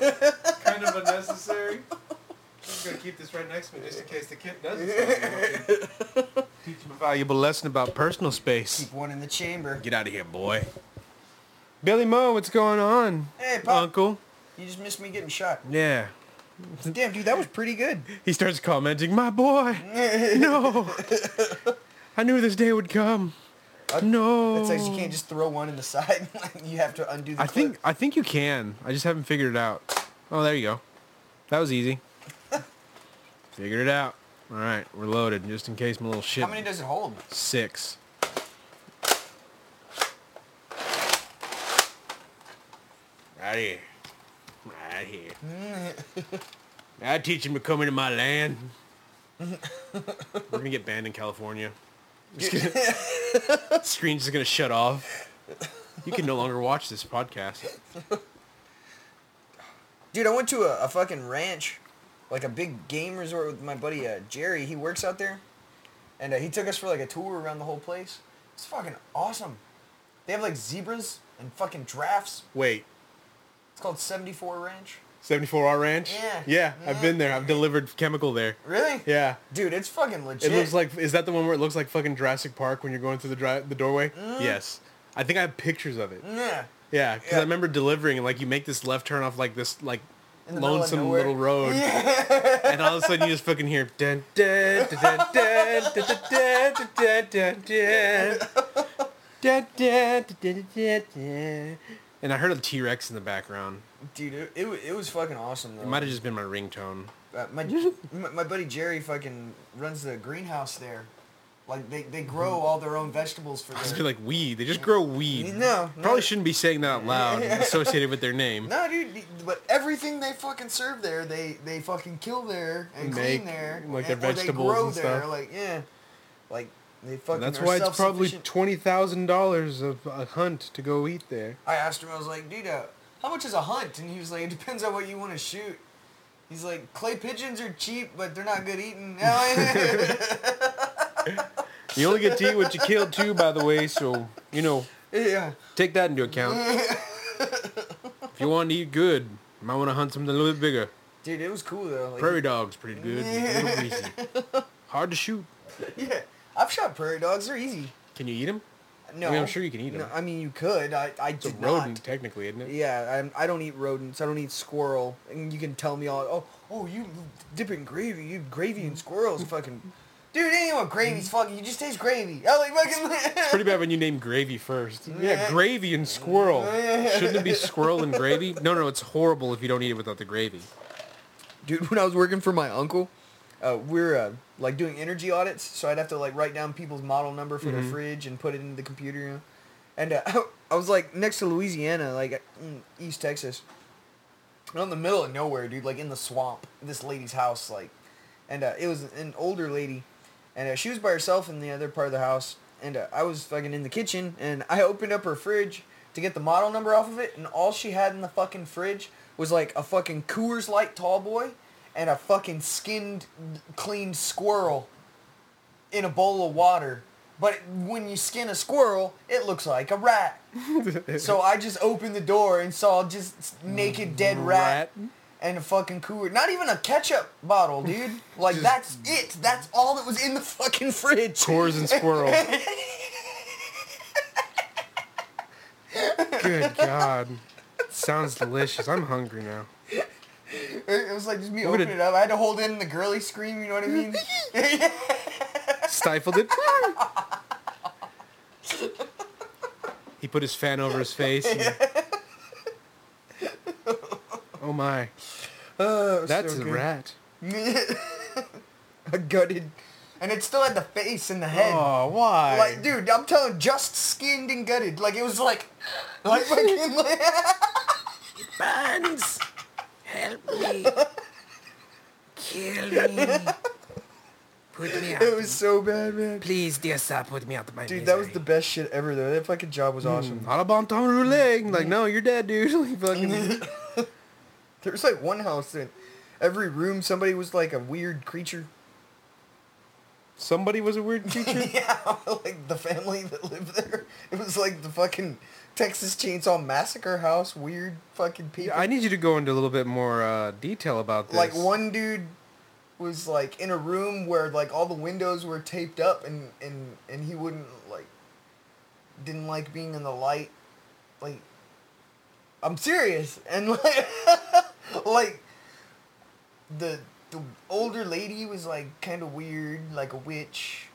S4: gun. kind of unnecessary. I'm just gonna keep this right next to me just in case the kid does decide to look in. Teach him about
S1: Valuable lesson about personal space.
S2: keep one in the chamber.
S1: Get out of here, boy. Billy Moe, what's going on?
S2: Hey, Pop.
S1: Uncle.
S2: You just missed me getting shot.
S1: Yeah.
S2: Damn, dude, that was pretty good.
S1: He starts commenting, my boy. No. I knew this day would come. No.
S2: It says you can't just throw one in the side. like, you have to undo the
S1: I think I think you can. I just haven't figured it out. Oh, there you go. That was easy. figured it out. All right, we're loaded just in case my little shit.
S2: How many does it hold?
S1: Six. Right here. Right here. I teach him to come into my land. We're gonna get banned in California. Just gonna- screen's just gonna shut off. You can no longer watch this podcast.
S2: Dude, I went to a, a fucking ranch, like a big game resort with my buddy uh, Jerry. He works out there, and uh, he took us for like a tour around the whole place. It's fucking awesome. They have like zebras and fucking giraffes.
S1: Wait,
S2: It's called 74 Ranch.
S1: 74R Ranch?
S2: Yeah.
S1: Yeah, I've been there. I've delivered chemical there.
S2: Really?
S1: Yeah.
S2: Dude, it's fucking legit.
S1: It looks like is that the one where it looks like fucking Jurassic Park when you're going through the dri- the doorway? Yes. I think I have pictures of it.
S2: Yeah.
S1: Yeah, because
S2: Yeah.
S1: I remember delivering and like you make this left turn off like this like
S2: In the middle of
S1: lonesome
S2: nowhere.
S1: little road, and all of a sudden you just fucking hear dun dun dun dun dun dun dun dun dun dun dun dun dun dun dun dun. And I heard a T Rex in the background.
S2: Dude, it, it, wa- it was fucking awesome though.
S1: It might have just been my ringtone.
S2: Uh, my, my my buddy Jerry fucking runs the greenhouse there. Like they, they grow all their own vegetables for
S1: It's
S2: their
S1: been like weed. They just grow weed.
S2: No, no.
S1: probably shouldn't be saying that out loud associated with their name.
S2: No, dude, the- but everything they fucking serve there, they they fucking kill there and
S1: Make,
S2: clean there,
S1: like,
S2: and,
S1: their
S2: or
S1: vegetables
S2: they grow
S1: and
S2: there,
S1: stuff.
S2: like yeah, like they fucking.
S1: And that's
S2: are
S1: why it's probably
S2: self-sufficient.
S1: twenty thousand dollars of a hunt to go eat there.
S2: I asked him, I was like, dude, uh, how much is a hunt? And he was like, it depends on what you want to shoot. He's like, clay pigeons are cheap, but they're not good eating.
S1: You only get to eat what you killed too, by the way, so you know,
S2: yeah.
S1: take that into account. if you want to eat good, you might want to hunt something a little bit bigger.
S2: Dude, it was cool though. Like,
S1: Prairie dog's pretty good. a little greasy. Hard to shoot.
S2: Yeah, I've shot prairie dogs. They're easy.
S1: Can you eat them?
S2: No,
S1: I mean, I'm sure you can eat
S2: No,
S1: 'em.
S2: I mean, you could. I I
S1: It's a
S2: did
S1: rodent,
S2: not.
S1: technically, isn't it?
S2: Yeah, I'm, I don't eat rodents. I don't eat squirrel. And you can tell me all, oh, oh, you dip it in gravy. You gravy and squirrels, fucking. Dude, ain't what gravy's fucking. You just taste gravy. I like fucking.
S1: Pretty bad when you name gravy first. Yeah, gravy and squirrel. Shouldn't it be squirrel and gravy? No, no, it's horrible if you don't eat it without the gravy.
S2: Dude, when I was working for my uncle, uh, we're uh, like doing energy audits, so I'd have to like write down people's model number for their fridge and put it into the computer. You know? And uh, I was like next to Louisiana, like mm, East Texas. And in the middle of nowhere, dude, like in the swamp, this lady's house, like, and uh, it was an older lady, and uh, she was by herself in the other part of the house, and uh, I was fucking in the kitchen, and I opened up her fridge to get the model number off of it, and all she had in the fucking fridge was like a fucking Coors Light tall boy and a fucking skinned, clean squirrel in a bowl of water. But when you skin a squirrel, it looks like a rat. so I just opened the door and saw just naked dead Mm, rat,
S1: Rat.
S2: and a fucking Coors. Not even a ketchup bottle, dude. Like that's it. That's all that was in the fucking fridge.
S1: Coors and squirrel. Good God. Sounds delicious. I'm hungry now.
S2: It was like just me
S1: We're gonna-
S2: opening it up. I had to hold in the girly scream. You know what I mean?
S1: Stifled it. he put his fan over his face. and- Oh my.
S2: Oh, it was
S1: That's
S2: so
S1: a
S2: good.
S1: rat.
S2: I gutted, and it still had the face and the head.
S1: Oh, why?
S2: Like, dude, I'm telling, just skinned and gutted. Like it was like, like fucking.
S1: Burns! Help me. Kill me. Put me
S2: it was so bad, man.
S1: Please, dear sir, put me out of my
S2: Dude, that was the best shit ever though. That fucking job
S1: Hmm.
S2: was awesome.
S1: Not a bon ton roulette.
S2: Mm-hmm.
S1: Like, no, you're dead, dude. Like, fucking...
S2: There was like one house that every room somebody was like a weird creature.
S1: Somebody was a weird creature.
S2: yeah, like the family that lived there. It was like the fucking Texas Chainsaw Massacre house. Weird fucking people.
S1: Yeah, I need you to go into a little bit more uh, detail about this.
S2: like one dude was like in a room where like all the windows were taped up and and and he wouldn't like didn't like being in the light like i'm serious and like like the the older lady was like kind of weird like a witch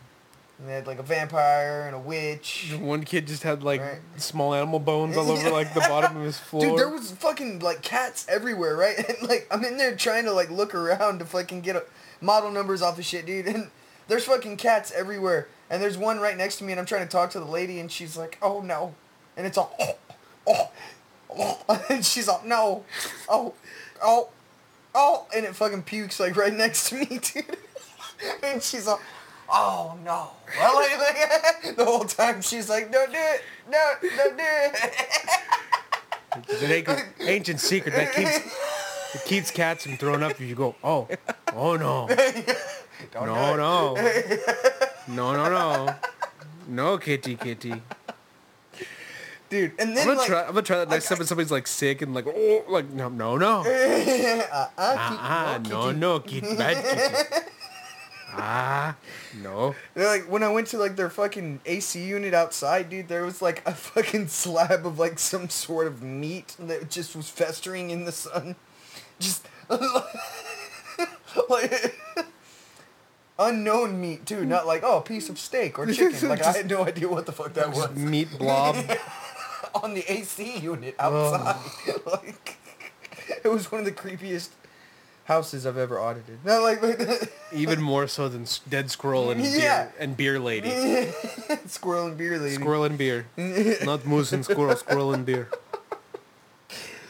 S2: and they had like a vampire and a witch
S1: One kid just had like
S2: Right.
S1: small animal bones all over like the bottom of his floor.
S2: Dude, there was fucking like cats everywhere, right? And like I'm in there trying to like look around to fucking get a, model numbers off of shit, dude. And there's fucking cats everywhere. And there's one right next to me, and I'm trying to talk to the lady, and she's like, "Oh no," and it's all, "Oh, oh, oh," and she's all, "No, oh, oh, oh," and it fucking pukes like right next to me, dude. and she's all, "Oh no," well, like, like, the whole time she's like, "Don't do it, no, don't do it."
S1: It's an ancient, ancient secret that keeps it keeps cats from throwing up if you go, oh, oh no,
S2: Don't do
S1: no,
S2: it.
S1: no, no, no, no, no, kitty, kitty.
S2: dude. And
S1: I'm
S2: then
S1: gonna
S2: like,
S1: try. I'm gonna try that next time when somebody's like sick and like, oh, like no, no, no,
S2: Uh,
S1: ah, no, no, kitty, bad kitty. Ah, no.
S2: they're like when I went to like their fucking AC unit outside, dude. There was like a fucking slab of like some sort of meat that just was festering in the sun, just like unknown meat too. Not like oh, a piece of steak or chicken. Like I had no idea what the fuck that was
S1: meat blob.
S2: on the AC unit outside. like it was one of the creepiest houses I've ever audited. Not like, like
S1: Even more so than s- Dead Squirrel and
S2: Yeah.
S1: beer, and beer Lady.
S2: squirrel and beer lady.
S1: Squirrel and beer. Not moose and squirrel, squirrel and beer.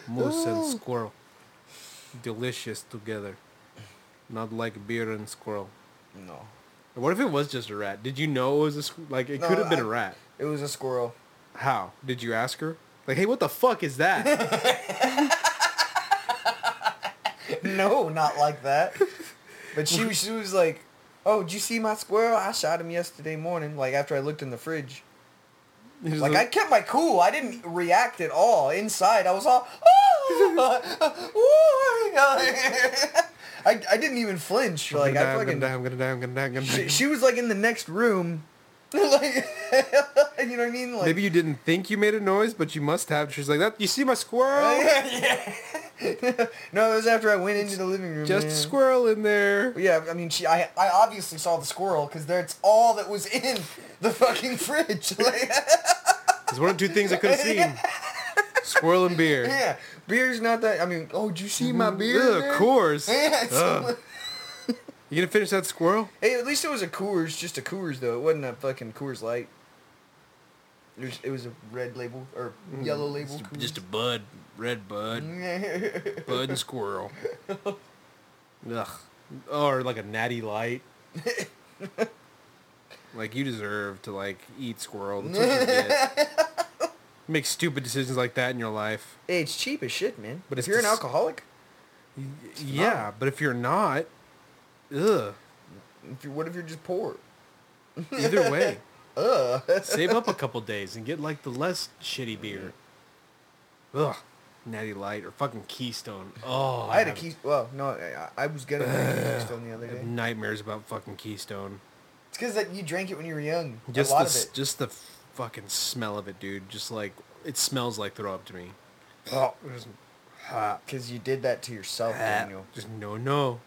S1: Moose and squirrel. Delicious together. Not like beer and squirrel.
S2: No,
S1: What if it was just a rat? Did you know it was a squ- like it
S2: No,
S1: could have been
S2: I-
S1: a rat?
S2: it was a squirrel.
S1: How? Did you ask her? Like, hey, what the fuck is that?
S2: No, not like that. But she was- she was like, "Oh, did you see my squirrel? I shot him yesterday morning. Like after I looked in the fridge.
S1: He's
S2: Like I kept my cool. I didn't react at all. Inside, I was all, oh, oh, I, I didn't even flinch.
S1: I'm
S2: Like
S1: gonna die,
S2: I
S1: I'm gonna
S2: fucking.
S1: die, I'm gonna die, I'm gonna die, I'm gonna die.
S2: She, she was like in the next room. like, you know what I mean? Like,
S1: Maybe you didn't think you made a noise, but you must have. She's like, that. You see my squirrel?
S2: yeah. no, it was after I went into the living room.
S1: Just a
S2: man.
S1: squirrel in there.
S2: Yeah, I mean, she, I, I obviously saw the squirrel because that's all that was in the fucking fridge. Like,
S1: It's one of two things I could have seen. Squirrel and beer.
S2: yeah, beer's not that. I mean, oh, did you see my beer?
S1: Ugh,
S2: there?
S1: Mm, Coors.
S2: Yeah, it's-
S1: Ugh. Uh, You gonna finish that squirrel?
S2: Hey, at least it was a Coors, just a Coors though. It wasn't a fucking Coors Light. It was, it was a red label or yellow label. Coors.
S1: Mm, Just a bud, red
S2: Mm-hmm.
S1: bud, bud and squirrel. Ugh. Or like a natty light. like you deserve to like eat squirrel. That's what you get. make stupid decisions like that in your life.
S2: Hey, it's cheap as shit, man.
S1: But
S2: But
S1: it's
S2: if you're an
S1: dis-
S2: alcoholic,
S1: Yeah, but if you're not, ugh.
S2: if you, what if you're just poor?
S1: Either way, save up a couple days and get like the less shitty beer. Ugh, Natty Light or fucking Keystone. Oh,
S2: I had a
S1: have-
S2: key. Well, no, I, I was gonna drink a Keystone the other
S1: I have
S2: day.
S1: nightmares about fucking Keystone.
S2: It's because like you drank it when you were young.
S1: Just
S2: a lot
S1: the
S2: of
S1: s
S2: it.
S1: just the fucking smell of it, dude. Just like it smells like throw up to me.
S2: Because you did that to yourself, Oh, Daniel.
S1: Ah, Just no, no,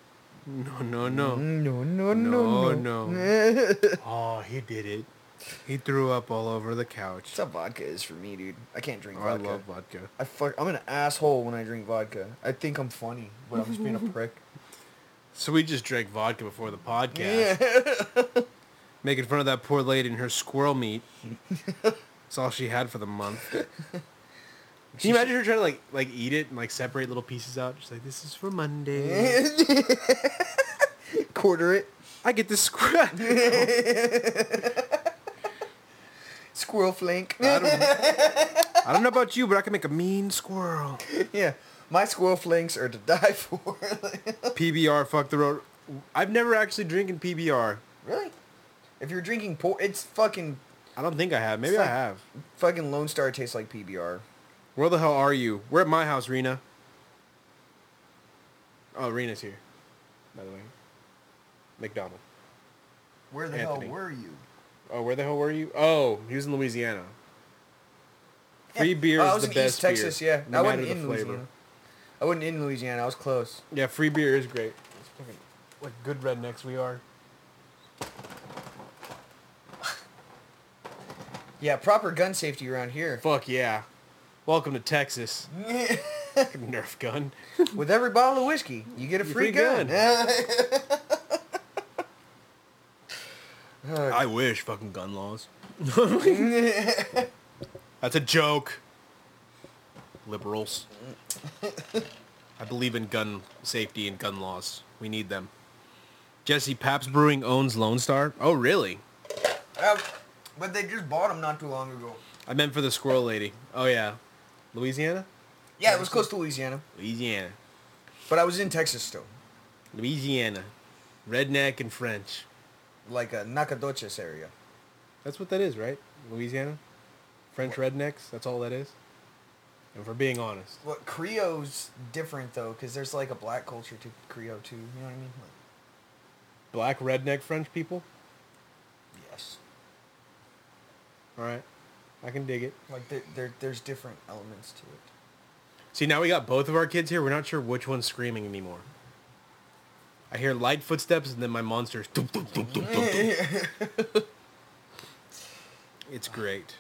S1: no, no, no.
S2: No, no,
S1: No,
S2: no,
S1: no.
S2: no.
S1: Oh, he did it. He threw up all over the couch.
S2: That's how vodka is for me, dude. I can't drink
S1: Oh, I
S2: vodka.
S1: love vodka.
S2: I fuck. I'm an asshole when I drink vodka. I think I'm funny, but I'm just being a prick.
S1: So we just drank vodka before the podcast,
S2: Yeah.
S1: making fun of that poor lady and her squirrel meat. That's all she had for the month. Can you imagine her trying to like like eat it and like separate little pieces out? She's like, "This is for Monday.
S2: Quarter it.
S1: I get the squirrel."
S2: Squirrel flank.
S1: I don't, I don't know about you, but I can make a mean squirrel.
S2: yeah. My squirrel flanks are to die for.
S1: PBR, fuck the road. I've never actually drinking PBR.
S2: really? If you're drinking pour, it's fucking
S1: I don't think I have. Maybe
S2: It's
S1: I
S2: like-
S1: have.
S2: fucking Lone Star tastes like PBR.
S1: Where the hell are you? We're at my house, Rena. Oh, Rena's here. By the way, McDonald.
S2: Where the
S1: Anthony.
S2: hell were you?
S1: Oh, where the hell were you? Oh, he was in Louisiana. Free beer
S2: Oh,
S1: is
S2: I was
S1: the
S2: in
S1: best
S2: East Texas,
S1: beer,
S2: yeah.
S1: no matter
S2: I wasn't
S1: the
S2: in
S1: flavor.
S2: Louisiana. I wasn't in Louisiana. I was close.
S1: Yeah, free beer is great. It's fucking, What good rednecks we are.
S2: Yeah, proper gun safety around here.
S1: Fuck yeah. Welcome to Texas. Nerf gun.
S2: With every bottle of whiskey, you get a
S1: Your
S2: free,
S1: free
S2: gun.
S1: I wish fucking gun laws. That's a joke. Liberals. I believe in gun safety and gun laws. We need them. Jesse Paps Brewing owns Lone Star. Oh, really?
S2: Uh, but they just bought them not too long ago.
S1: I meant for the squirrel lady. Oh yeah, Louisiana.
S2: Yeah, it was close to Louisiana,
S1: Louisiana.
S2: but I was in Texas still,
S1: Louisiana. Redneck and French.
S2: like uh, Nacogdoches area.
S1: That's what that is, right? Louisiana. French rednecks. That's all that is. And for being honest,
S2: Well, Creole's different though, because there's like a black culture to Creole too. You know what I mean? Like,
S1: black redneck French people.
S2: yes.
S1: All right, I can dig it.
S2: Like there, there, there's different elements to it.
S1: See, now we got both of our kids here. We're not sure which one's screaming anymore. I hear light footsteps and then my monsters. Dum, dum, dum, dum, dum, dum. it's great.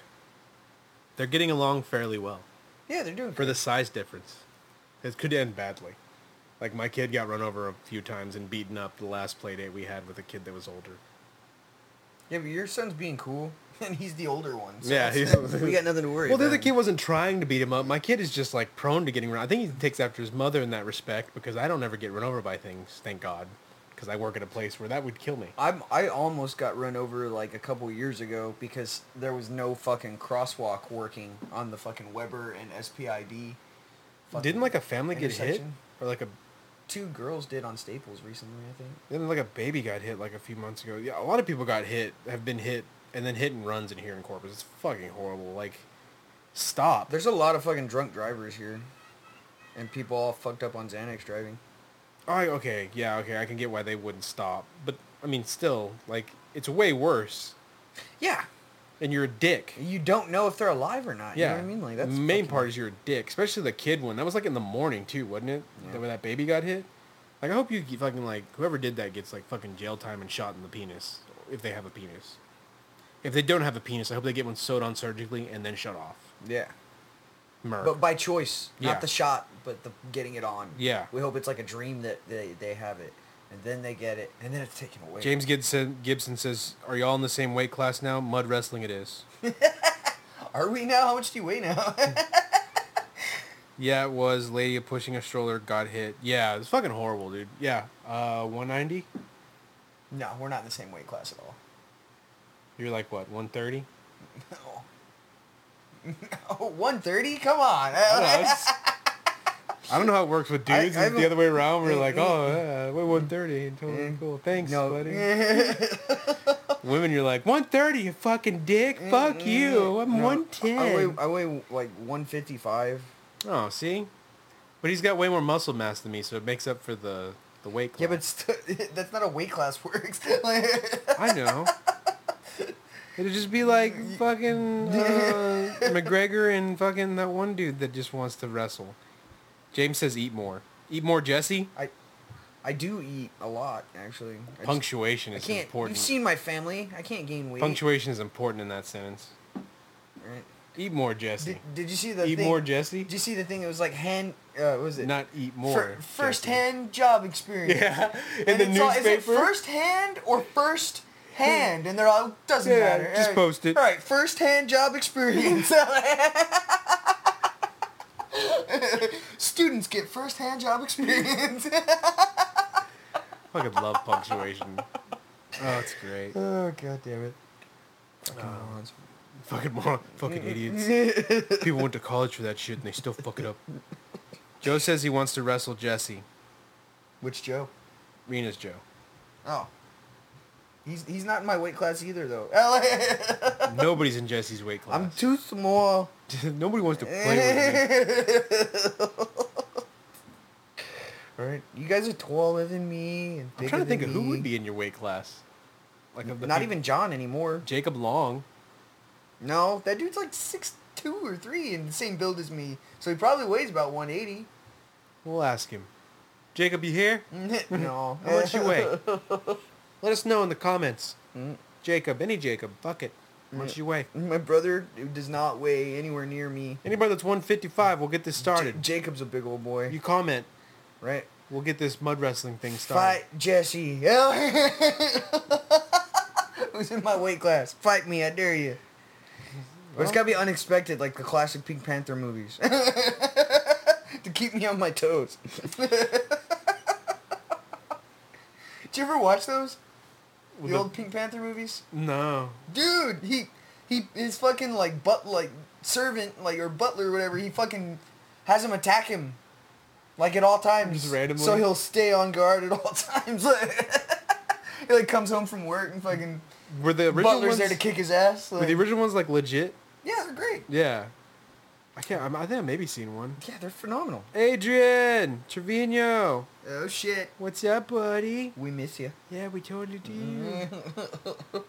S1: They're getting along fairly well
S2: Yeah, they're doing
S1: for the size difference. It could end badly. Like my kid got run over a few times and beaten up the last play date we had with a kid that was older.
S2: Yeah, but your son's being cool, and he's the older one. So
S1: Yeah,
S2: that's-
S1: he's-
S2: we got nothing to worry.
S1: Well, the
S2: about.
S1: other kid wasn't trying to beat him up. My kid is just like prone to getting run. I think he takes after his mother in that respect because I don't ever get run over by things, thank God, because I work at a place where that would kill me.
S2: I'm, I almost got run over like a couple years ago because there was no fucking crosswalk working on the fucking Weber and SPID. fucking
S1: Didn't like a family get hit
S2: intersection.
S1: or like a
S2: Two girls did on Staples recently, I think.
S1: then like a baby got hit like a few months ago. Yeah, a lot of people got hit, have been hit, and then hit and runs in here in Corpus. It's fucking horrible. Like, stop.
S2: There's a lot of fucking drunk drivers here, and people all fucked up on Xanax driving.
S1: I okay, yeah, okay, I can get why they wouldn't stop, but I mean, still, like, it's way worse.
S2: Yeah,
S1: And you're a dick.
S2: you don't know if they're alive or not.
S1: Yeah,
S2: you know what I mean. Like that's
S1: main
S2: fucking-
S1: part is you're a dick, especially the kid one. That was like in the morning too, wasn't it?
S2: Yeah.
S1: That when that baby got hit. Like I hope you get fucking like whoever did that gets like fucking jail time and shot in the penis if they have a penis. If they don't have a penis, I hope they get one sewed on surgically and then shut off.
S2: Yeah,
S1: Murder.
S2: but by choice,
S1: Yeah.
S2: not the shot, but the getting it on.
S1: Yeah.
S2: we hope it's like a dream that they, they have it, and then they get it, and then it's taken away.
S1: James Gibson Gibson says, "Are y'all in the same weight class now? Mud wrestling it is."
S2: Are we now? How much do you weigh now?
S1: yeah, it was. Lady pushing a stroller got hit. Yeah, it was fucking horrible, dude. Yeah, uh, 190.
S2: no, we're not in the same weight class at all.
S1: You're like what, 130?
S2: No. Oh, 1.30? Come on.
S1: I don't know, it's- I don't know how it works with
S2: I- Mm-hmm.
S1: dudes.
S2: I
S1: it's the
S2: have a-
S1: other way around. We're like, oh, uh, we're one thirty.
S2: Mm-hmm.
S1: Totally cool. Thanks, buddy. Women, you're like one thirty. You fucking dick. Fuck you. I'm
S2: Mm-hmm.
S1: one
S2: No, Oh, I weigh,
S1: ten.
S2: I weigh like 155.
S1: Oh, see, but he's got way more muscle mass than me, so it makes up for the the weight
S2: Yeah, but
S1: class.
S2: st- that's not a weight class works.
S1: I know. It'd just be like fucking uh, McGregor and fucking that one dude that just wants to wrestle. James says, "Eat more. Eat more, Jesse."
S2: I I do eat a lot, actually. I just-
S1: Punctuation
S2: I
S1: is
S2: can't.
S1: important.
S2: You've seen my family. I can't gain weight.
S1: Punctuation is important in that sentence.
S2: Right.
S1: Eat more, Jesse.
S2: Did, did you see the
S1: eat
S2: thing?
S1: more, Jesse.
S2: Did you see the thing? It was like hand. Uh, what was it?
S1: Not eat
S2: Fir-
S1: more.
S2: first-hand job experience.
S1: Jesse. Yeah, in
S2: And
S1: the
S2: it's all-
S1: newspaper.
S2: is it first-hand or first hand? And they're all doesn't
S1: Yeah,
S2: matter.
S1: just
S2: All right.
S1: post it.
S2: All right, first-hand job experience. Students get first-hand job experience.
S1: Fucking love punctuation. Oh, it's great.
S2: oh god damn it. Oh.
S1: Fucking moron. Fucking idiots. People went to college for that shit and they still fuck it up. Joe says he wants to wrestle Jesse.
S2: Which Joe?
S1: Rena's Joe.
S2: Oh. He's, he's not in my weight class either though.
S1: Nobody's in Jesse's weight class.
S2: I'm too small.
S1: Nobody wants to play with me.
S2: Alright. You guys are taller than me and bigger
S1: I'm trying to think
S2: than
S1: of who
S2: me.
S1: would be in your weight class. Like of the
S2: Not
S1: peop-
S2: even John anymore.
S1: Jacob Long.
S2: No, that dude's like six two or three and the same build as me. So he probably weighs about one eighty.
S1: We'll ask him. Jacob, you here?
S2: no.
S1: How much you weigh? Let us know in the comments.
S2: Mm.
S1: Jacob, any Jacob, fuck it. How much you weigh?
S2: My brother does not weigh anywhere near me.
S1: Anybody that's 155, we'll get this
S2: J-
S1: started.
S2: Jacob's a big old boy.
S1: you comment,
S2: right?
S1: we'll get this mud wrestling thing started.
S2: Fight Jesse. Who's in my weight class? Fight me, I dare you. But it's gotta be unexpected, like the classic Pink Panther movies. to keep me on my toes. Did you ever watch those?
S1: With
S2: the
S1: the-
S2: old Pink Panther movies?
S1: No.
S2: dude he he his fucking like but like servant like or butler or whatever he fucking has him attack him like at all times
S1: Just randomly?
S2: so he'll stay on guard at all times he like comes home from work and fucking
S1: Were the original
S2: butler's
S1: ones,
S2: there to kick his ass
S1: Were
S2: like,
S1: the original ones like legit?
S2: yeah they're great
S1: Yeah. I can't, I'm, I think I maybe seen one.
S2: yeah they're phenomenal
S1: Adrian! Trevino!
S2: oh shit
S1: What's up, buddy?
S2: we miss you
S1: Yeah, we totally do.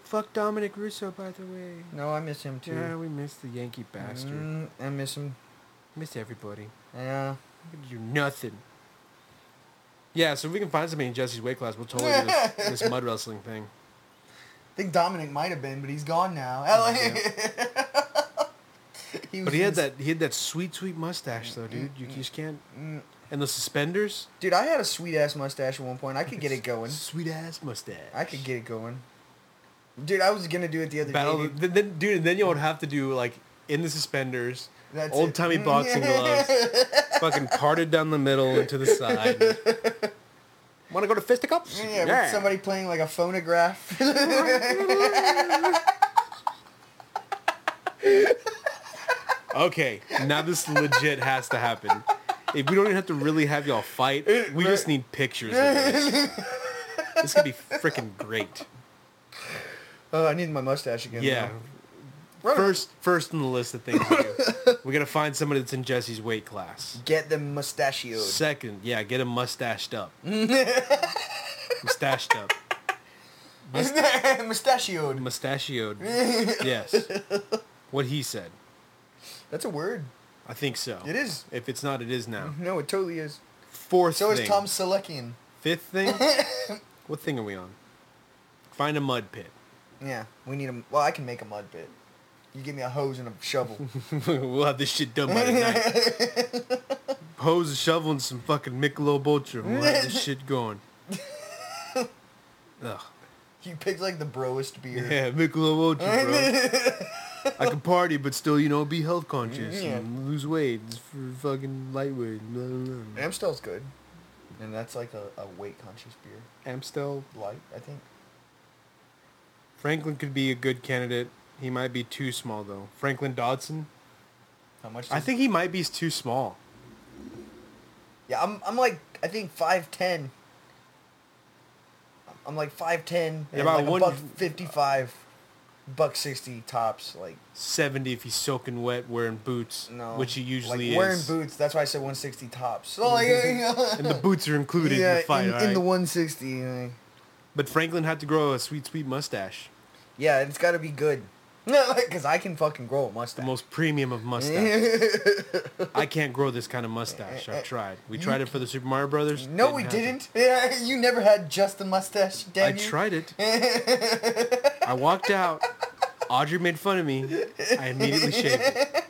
S1: Fuck Dominic Russo, by the way.
S2: no i miss him too
S1: Yeah, we missed the Yankee bastard.
S2: Mm, i miss him
S1: Missed everybody.
S2: yeah
S1: We could do nothing. Yeah, so if we can find somebody in Jesse's weight class, we'll totally do this, this mud wrestling thing.
S2: i think dominic might have been but he's gone now was
S1: But he had
S2: in-
S1: that he had that sweet sweet mustache though, dude. You just can't.
S2: Mm.
S1: And the suspenders,
S2: Dude, I had a sweet ass mustache at one point. I could get it going.
S1: sweet ass mustache.
S2: I could get it going. Dude, I was gonna do it the other
S1: battle.
S2: day. dude.
S1: Then, then, dude, then you would have to do like in the suspenders,
S2: That's it.
S1: old timey boxing gloves, fucking parted down the middle and to the side. Want to go to fisticuffs?
S2: Yeah, with somebody playing like a phonograph.
S1: Okay, now this legit has to happen. If we don't even have to really have y'all fight, we just need pictures of this. This could be freaking great.
S2: oh, I need my mustache again.
S1: Yeah.
S2: though. Run-
S1: First first in the list of things to do. We gotta find somebody that's in Jesse's weight class.
S2: Get them mustachioed.
S1: Second, yeah, get him mustached up. Mustached up.
S2: mustachioed.
S1: Mustachioed. Yes. What he said.
S2: That's a word.
S1: I think so.
S2: It is.
S1: If it's not, it is now.
S2: No, it totally is.
S1: Fourth
S2: So
S1: thing.
S2: is Tom Selekian.
S1: Fifth thing. what thing are we on? Find a mud pit.
S2: Yeah, we need a. Well, I can make a mud pit. You give me a hose and a shovel.
S1: we'll have this shit done by tonight. Hose a shovel and some fucking Michelob Ultra. and We'll have this shit going. Ugh.
S2: you picked like the broest beer.
S1: Yeah, Michelob Ultra, bro. I can party, but still, you know, be health conscious
S2: Yeah.
S1: and lose weight It's for fucking lightweight. Blah, blah, blah.
S2: Amstel's good, and that's like a, a weight conscious beer.
S1: Amstel.
S2: Light, I think.
S1: Franklin could be a good candidate. He might be too small though. Franklin Dodson.
S5: How much?
S1: I
S5: does-
S1: think he might be too small.
S2: Yeah, I'm I'm like I think five ten. I'm like five ten
S1: Yeah,
S2: and
S1: about
S2: like a
S1: one-
S2: buck fifty five, buck sixty tops. Like
S1: 70 if he's soaking wet wearing boots,
S2: no,
S1: which he usually
S2: like wearing
S1: is.
S2: boots. That's why I said one sixty tops. So like
S1: And the boots are included in
S2: yeah,
S1: the fight.
S2: in,
S1: all
S2: in the
S1: right?
S2: one sixty. Like,
S1: but Franklin had to grow a sweet, sweet mustache.
S2: yeah, it's got to be good. No, because I can fucking grow a mustache.
S1: The most premium of mustaches. I can't grow this kind of mustache. I've tried. We tried it for the Super Mario Brothers.
S5: no, we
S1: happen.
S5: didn't. Yeah, you never had just a mustache,
S1: I
S5: damn you.
S1: tried it. I walked out. Audrey made fun of me. I immediately shaved it.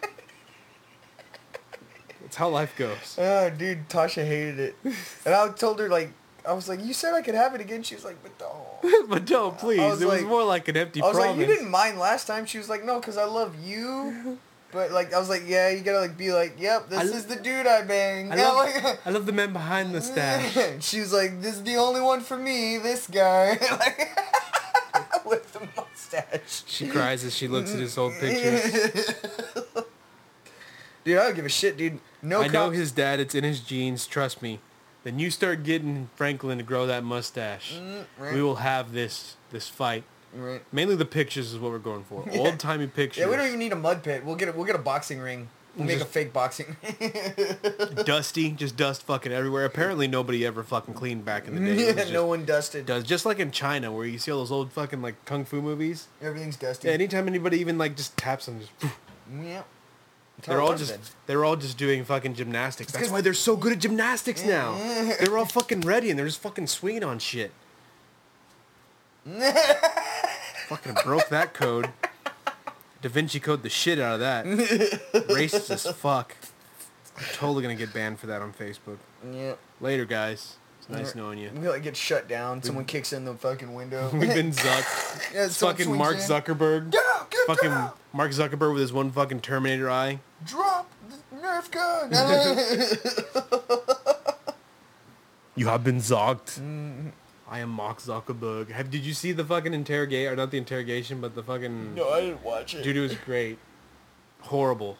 S1: That's how life goes.
S2: Oh, dude, Tasha hated it, and I told her like I was like, you said I could have it again. She was like, but no.
S1: but don't, please.
S2: was
S1: it was
S2: like-
S1: more like an empty
S2: I was
S1: promise.
S2: like, you didn't mind last time. She was like, no, because I love you. But like, I was like, yeah, you gotta like be like, yep, this
S1: I l-
S2: is the dude I bang.
S1: I
S2: Yeah,
S1: love,
S2: like-
S1: I love the man behind the stash.
S2: she was like, this is the only one for me. This guy like, with the mustache.
S1: She cries as she looks at his old pictures.
S2: Dude, I don't give a shit, dude. No,
S1: I know
S2: cops-
S1: his dad. It's in his genes. Trust me. Then you start getting Franklin to grow that mustache.
S2: Mm, right.
S1: We will have this this fight.
S2: Right.
S1: Mainly the pictures is what we're going for. Old timey pictures.
S2: Yeah, we don't even need a mud pit. We'll get a, we'll get a boxing ring. We'll make a fake boxing.
S1: dusty, just dust fucking everywhere. Apparently nobody ever fucking cleaned back in the day. It was just
S2: no one dusted.
S1: does just like in China where you see all those old fucking like kung fu movies.
S2: Everything's
S1: Yeah,
S2: dusty.
S1: anytime anybody even like just taps them, just,
S2: Yeah.
S1: they're all just they're all just doing fucking gymnastics. That's
S2: 'cause-
S1: why they're so good at
S2: Mm.
S1: gymnastics now. They're all fucking ready and they're just fucking swinging on shit. fucking broke that code. Da Vinci code the shit out of that. Racist as fuck. I'm totally gonna get banned for that on Facebook.
S2: Yeah.
S1: Later, guys. It's nice
S2: Alright.
S1: knowing you.
S2: We like get shut down. Someone kicks in the fucking window.
S1: We've been zucked.
S2: Yeah, someone
S1: fucking
S2: swings
S1: Mark
S2: in.
S1: Zuckerberg.
S2: Get out! Get
S1: Fucking
S2: out!
S1: Mark Zuckerberg with his one fucking Terminator eye.
S2: Drop the Nerf gun.
S1: You have been zogged. Mm-hmm. I am Mark Zuckerberg. Have, did you see the fucking interrogation? Or not the interrogation, but the fucking...
S2: no, I didn't watch it.
S1: Dude, it was great. Horrible.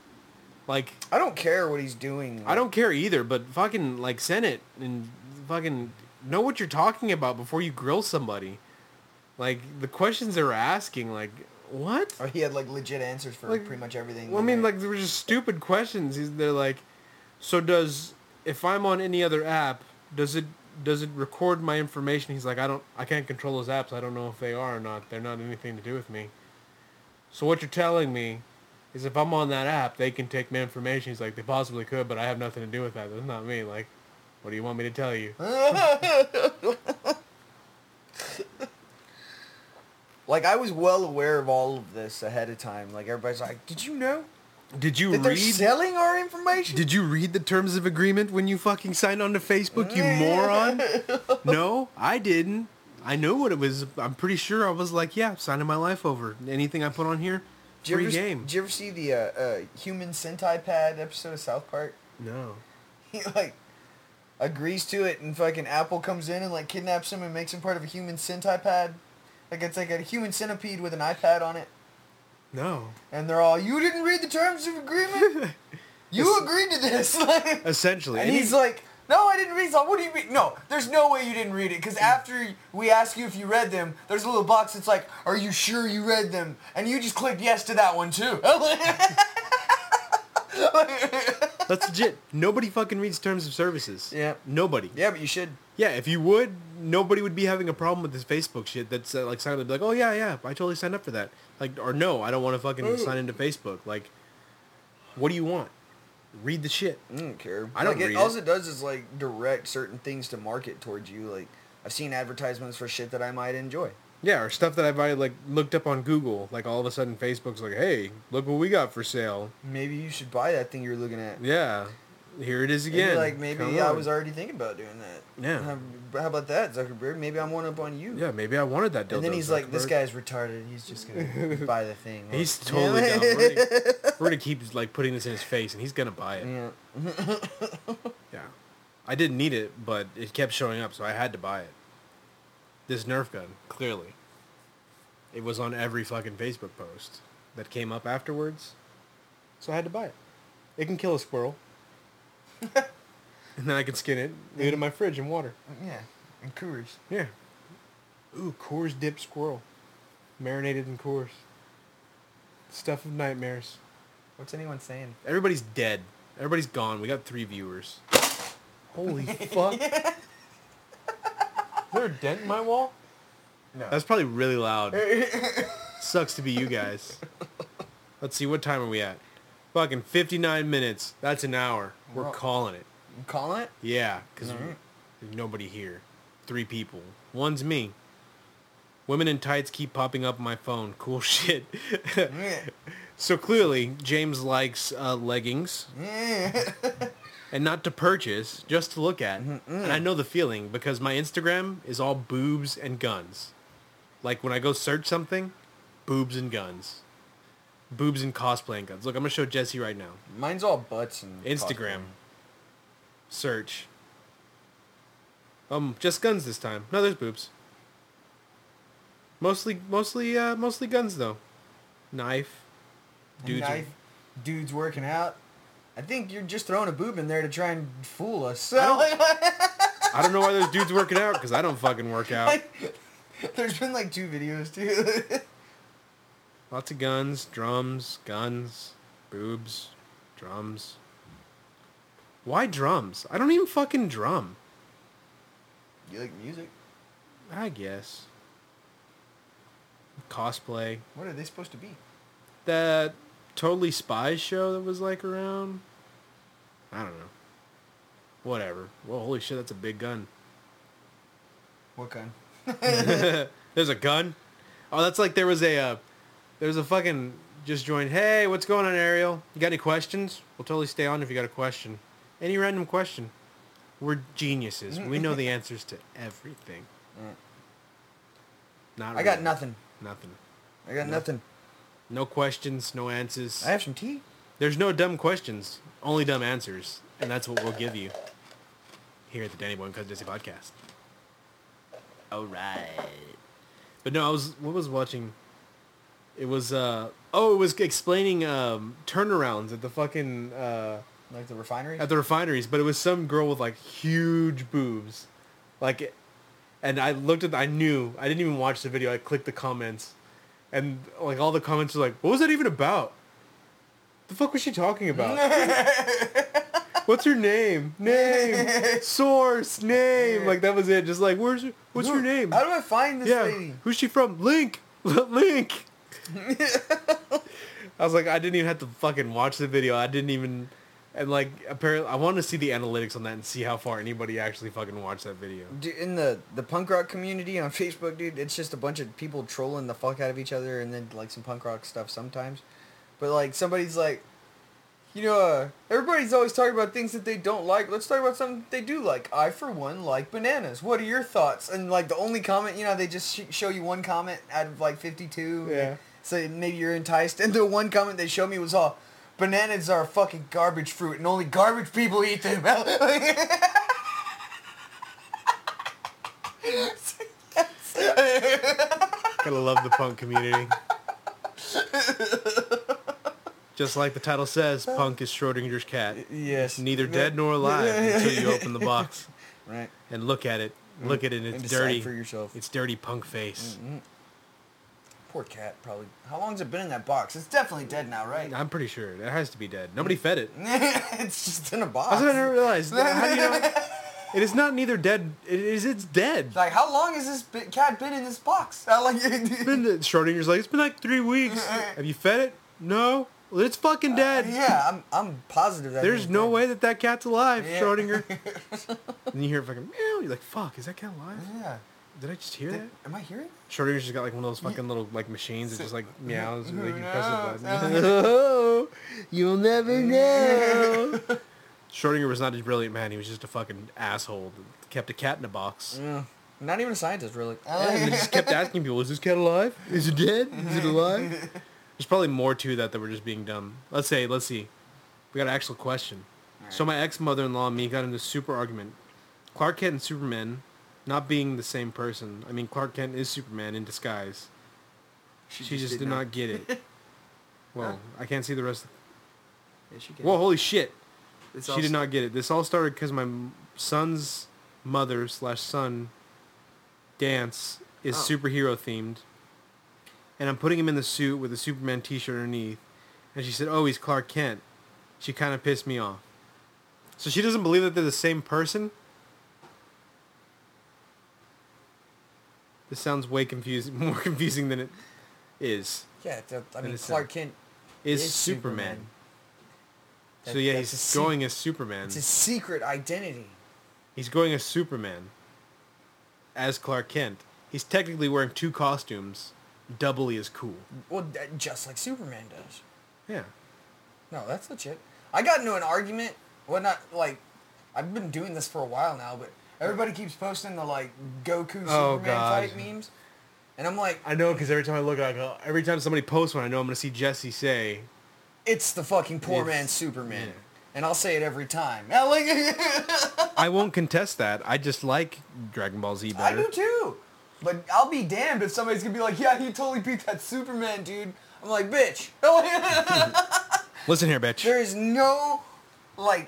S1: Like,
S2: I don't care what he's doing.
S1: I don't care either, but fucking, like, send it and fucking know what you're talking about before you grill somebody. Like, the questions they were asking, like, what?
S2: Or he had like legit answers for
S1: Like,
S2: pretty much everything.
S1: Well, I mean, like they were just stupid questions. He's- They're like, so does if I'm on any other app, does it does it record my information? He's like, I don't, I can't control those apps. I don't know if they are or not. They're not anything to do with me. So what you're telling me is if I'm on that app, they can take my information. He's like, they possibly could, but I have nothing to do with that. That's not me. Like, what do you want me to tell you?
S2: like I was well aware of all of this ahead of time. Like everybody's like, did you know
S1: Did you
S2: that they're
S1: read?
S2: selling our information?
S1: Did you read the terms of agreement when you fucking signed on to Facebook, you moron? No, I didn't. I know what it was. I'm pretty sure I was like, yeah, signing my life over. Anything I put on here,
S2: Did you
S1: free
S2: ever,
S1: game.
S2: Did you ever see the uh, uh, human centipede episode of South Park?
S1: no.
S2: he like agrees to it and fucking Apple comes in and like kidnaps him and makes him part of a human centipede. Like it's like a human centipede with an iPad on it.
S1: No.
S2: And they're all, you didn't read the terms of agreement? You agreed to this. Like,
S1: Essentially.
S2: and
S1: any-
S2: he's like, no, I didn't read it. What do you mean? No, there's no way you didn't read it. Because after we ask you if you read them, there's a little box that's like, are you sure you read them? And you just clicked yes to that one too.
S1: that's legit. Nobody fucking reads terms of services.
S2: Yeah.
S1: Nobody.
S2: yeah, but you should.
S1: Yeah, if you would, nobody would be having a problem with this Facebook shit. That's uh, like signing up, like, oh yeah, yeah, I totally signed up for that. Like, or no, I don't want to fucking sign into Facebook. Like, what do you want? Read the shit.
S2: I don't care.
S1: I don't
S2: Like,
S1: read
S2: All
S1: it.
S2: it does is like direct certain things to market towards you. Like I've seen advertisements for shit that I might enjoy.
S1: Yeah, or stuff that I've already like looked up on Google. Like all of a sudden, Facebook's like, "Hey, look what we got for sale."
S2: Maybe you should buy that thing you're looking at.
S1: Yeah, here it is
S2: And you're
S1: again.
S2: like maybe
S1: Come
S2: I
S1: on.
S2: was already thinking about doing that.
S1: Yeah.
S2: How, how about that, Zuckerberg? Maybe I'm one up on you.
S1: Yeah, maybe I wanted that dildo.
S2: And then he's like, "This
S1: Zuckerberg.
S2: guy's retarded. He's just gonna buy the thing."
S1: He's
S2: Like,
S1: totally
S2: yeah.
S1: dumb. We're gonna, we're gonna keep like putting this in his face, and he's gonna buy it.
S2: Yeah.
S1: Yeah, I didn't need it, but it kept showing up, so I had to buy it. This Nerf gun, clearly, it was on every fucking Facebook post that came up afterwards, so I had to buy it. It can kill a squirrel. and then I can skin it, leave it in my fridge and water.
S5: Yeah. And Coors.
S1: Yeah. Ooh, Coors dipped squirrel. Marinated in Coors. Stuff of nightmares.
S2: What's anyone saying?
S1: Everybody's dead. Everybody's gone. We got three viewers. Holy fuck. Is there a dent in my wall?
S5: No.
S1: That's probably really loud. Sucks to be you guys. Let's see, what time are we at? Fucking 59 minutes. That's an hour. We're
S5: Wow.
S1: calling it.
S5: You calling it?
S1: Yeah, because there's nobody here. Three people. One's me. Women in tights keep popping up on my phone. Cool shit.
S5: Yeah.
S1: so clearly, James likes uh, leggings.
S2: Mm-hmm.
S5: Yeah.
S1: and not to purchase, just to look at. And I know the feeling because my Instagram is all boobs and guns. Like when I go search something, boobs and guns. Boobs and cosplay and guns. Look, I'm going to show Jesse right now.
S5: Mine's all butts and
S1: Instagram. Search. Um, just guns this time. No, there's boobs. Mostly, mostly, uh, mostly guns though. Knife.
S5: Dudes.
S1: Dudes. are-
S5: dudes working out.
S2: I think you're just throwing a boob in there to try and fool us.
S1: I don't know why there's dudes working out because I don't fucking work out.
S5: There's been like two videos too.
S1: Lots of guns, drums, guns, boobs, drums. Why drums? I don't even fucking drum.
S5: you like music?
S1: I guess. Cosplay.
S5: What are they supposed to be?
S1: that totally spies show that was like around i don't know whatever well holy shit that's a big gun
S5: What kind?
S1: there's a gun oh that's like there was a uh, there was a fucking just joined hey what's going on ariel you got any questions we'll totally stay on if you got a question any random question we're geniuses we know the answers to everything not
S2: Mm. I got
S1: really.
S2: nothing.
S1: nothing
S2: I got nothing.
S1: no questions no answers
S2: I have some tea.
S1: There's no dumb questions, only dumb answers, and that's what we'll give you here at the Danny Boy and Cousin Jesse podcast. All right. But no, I was what was watching. It was uh oh, it was explaining um turnarounds at the fucking uh
S2: Like the refinery?
S1: at the refineries, but it was some girl with like huge boobs, like, and I looked at, I knew, I didn't even watch the video. I clicked the comments, and like all the comments were like, "What was that even about? The fuck was she talking about? What's her name? Name, source, name. Like that was it. Just like, where's, your- what's her name?
S2: How do I find this
S1: Yeah,
S2: lady?
S1: who's she from? Link, Link. I was like, I didn't even have to fucking watch the video. I didn't even, and like, apparently, I wanted to see the analytics on that and see how far anybody actually fucking watched that video.
S2: Dude, in the the punk rock community on Facebook, dude, it's just a bunch of people trolling the fuck out of each other, and then like some punk rock stuff sometimes. But like somebody's like, you know, uh, everybody's always talking about things that they don't like. Let's talk about something they do like. I for one like bananas. What are your thoughts? And like the only comment, you know, they just sh- show you one comment out of like fifty two.
S1: Yeah.
S2: So maybe you're enticed. And the one comment they showed me was all. Bananas are fucking garbage fruit, and only garbage people eat them.
S1: Gotta love the punk community. Just like the title says, punk is Schrodinger's cat.
S2: yes.
S1: Neither dead nor alive until you open the box
S2: Right.
S1: and look at it. Look at it, and
S2: And
S1: it's
S2: decide
S1: dirty.
S2: for yourself. Mm-hmm.
S1: It's dirty punk face.
S2: Poor cat, probably. How long's it been in that box? It's definitely dead now, right?
S1: I'm pretty sure it has to be dead. Nobody fed it.
S2: it's just in a box.
S1: That's what I never realized. How do you know? It is not neither dead. It is. It's dead.
S2: Like, how long has this bi- cat been in this box? I like
S1: It's been Schrodinger's like it's been like three weeks. Have you fed it? No. Well, it's fucking dead.
S2: Yeah, I'm, I'm positive that
S1: There's
S2: thing's
S1: no
S2: dead.
S1: way that that cat's alive,
S2: Yeah.
S1: Schrodinger. Schrodinger. and you hear fucking meow. You're like, fuck, is that cat alive?
S2: Yeah.
S1: Did I just hear that?
S2: Am I hearing?
S1: Schrodinger's just got like one of those fucking little like machines that just like meows and like you press
S2: knows?
S1: the button. you'll never know. Schrodinger was not a brilliant man. He was just a fucking asshole that kept a cat in a box.
S2: Not even a scientist, really.
S1: Yeah, and they just kept asking people, "Is this cat alive? Is it dead? Is it alive?" There's probably more to that that we're just being dumb. Let's say, let's see, we got an actual question. So my ex mother-in-law and me got into a super argument. Clark Kent and Superman, not being the same person. I mean, Clark Kent is Superman in disguise. She, just, did not get it. well, I can't see the rest.
S2: Yeah, she can.
S1: Whoa, holy shit.
S2: It's
S1: she
S2: all
S1: did not get it. This all started because my m- son's mother slash son dance is
S2: Oh.
S1: superhero themed, and I'm putting him in the suit with a Superman T-shirt underneath, and she said, "Oh, he's Clark Kent." She kind of pissed me off. So she doesn't believe that they're the same person. This sounds way confusing, more confusing than it is.
S2: Yeah, that, I mean
S1: it's
S2: Clark
S1: not.
S2: Kent.
S1: Is,
S2: Is
S1: Superman.
S2: Superman.
S1: So
S2: That-
S1: yeah,
S2: that's
S1: he's
S2: a se-
S1: going as Superman.
S2: It's his secret identity.
S1: He's going as Superman. As Clark Kent. He's technically wearing two costumes, doubly as cool.
S2: Well, that, just like Superman does.
S1: Yeah.
S2: No, that's legit. I got into an argument. Well, not like I've been doing this for a while now, but everybody keeps posting the like Goku
S1: Oh,
S2: Superman
S1: God.
S2: fight memes, and I'm like,
S1: I know because every time I look, I go, every time somebody posts one, I know I'm going to see Jesse say,
S2: it's the fucking poor
S1: It's-
S2: man Superman,
S1: yeah.
S2: and I'll say it every time. Yeah, like,
S1: I won't contest that. I just like Dragon Ball Z
S2: I
S1: better.
S2: do too, but I'll be damned if somebody's gonna be like, yeah, he totally beat that Superman dude. I'm like, bitch.
S1: Listen here, bitch.
S2: There is no, like,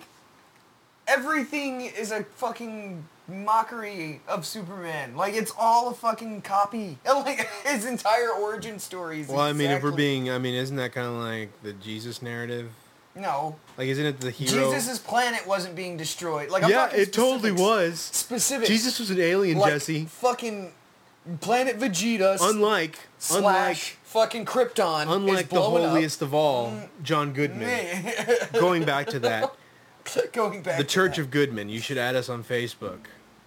S2: everything is a fucking mockery of Superman. Like, it's all a fucking copy. Like, his entire origin story is
S1: Well, I mean, if we're
S2: exactly-
S1: being, I mean, isn't that kind of like the Jesus narrative?
S2: No.
S1: Like, isn't it the hero?
S2: Jesus' planet wasn't being destroyed. Like, I'm
S1: yeah,
S2: talking
S1: it totally
S2: specifics.
S1: was.
S2: Specific.
S1: Jesus was an alien,
S2: like,
S1: Jesse.
S2: fucking planet Vegeta s-
S1: Unlike, unlike
S2: slash fucking Krypton is
S1: Unlike the
S2: blowing Mm.
S1: holiest of all, John Goodman.
S2: up.
S1: Going back to that,
S2: Going back
S1: the
S2: to
S1: Church
S2: that.
S1: of Goodman. You should add us on Facebook.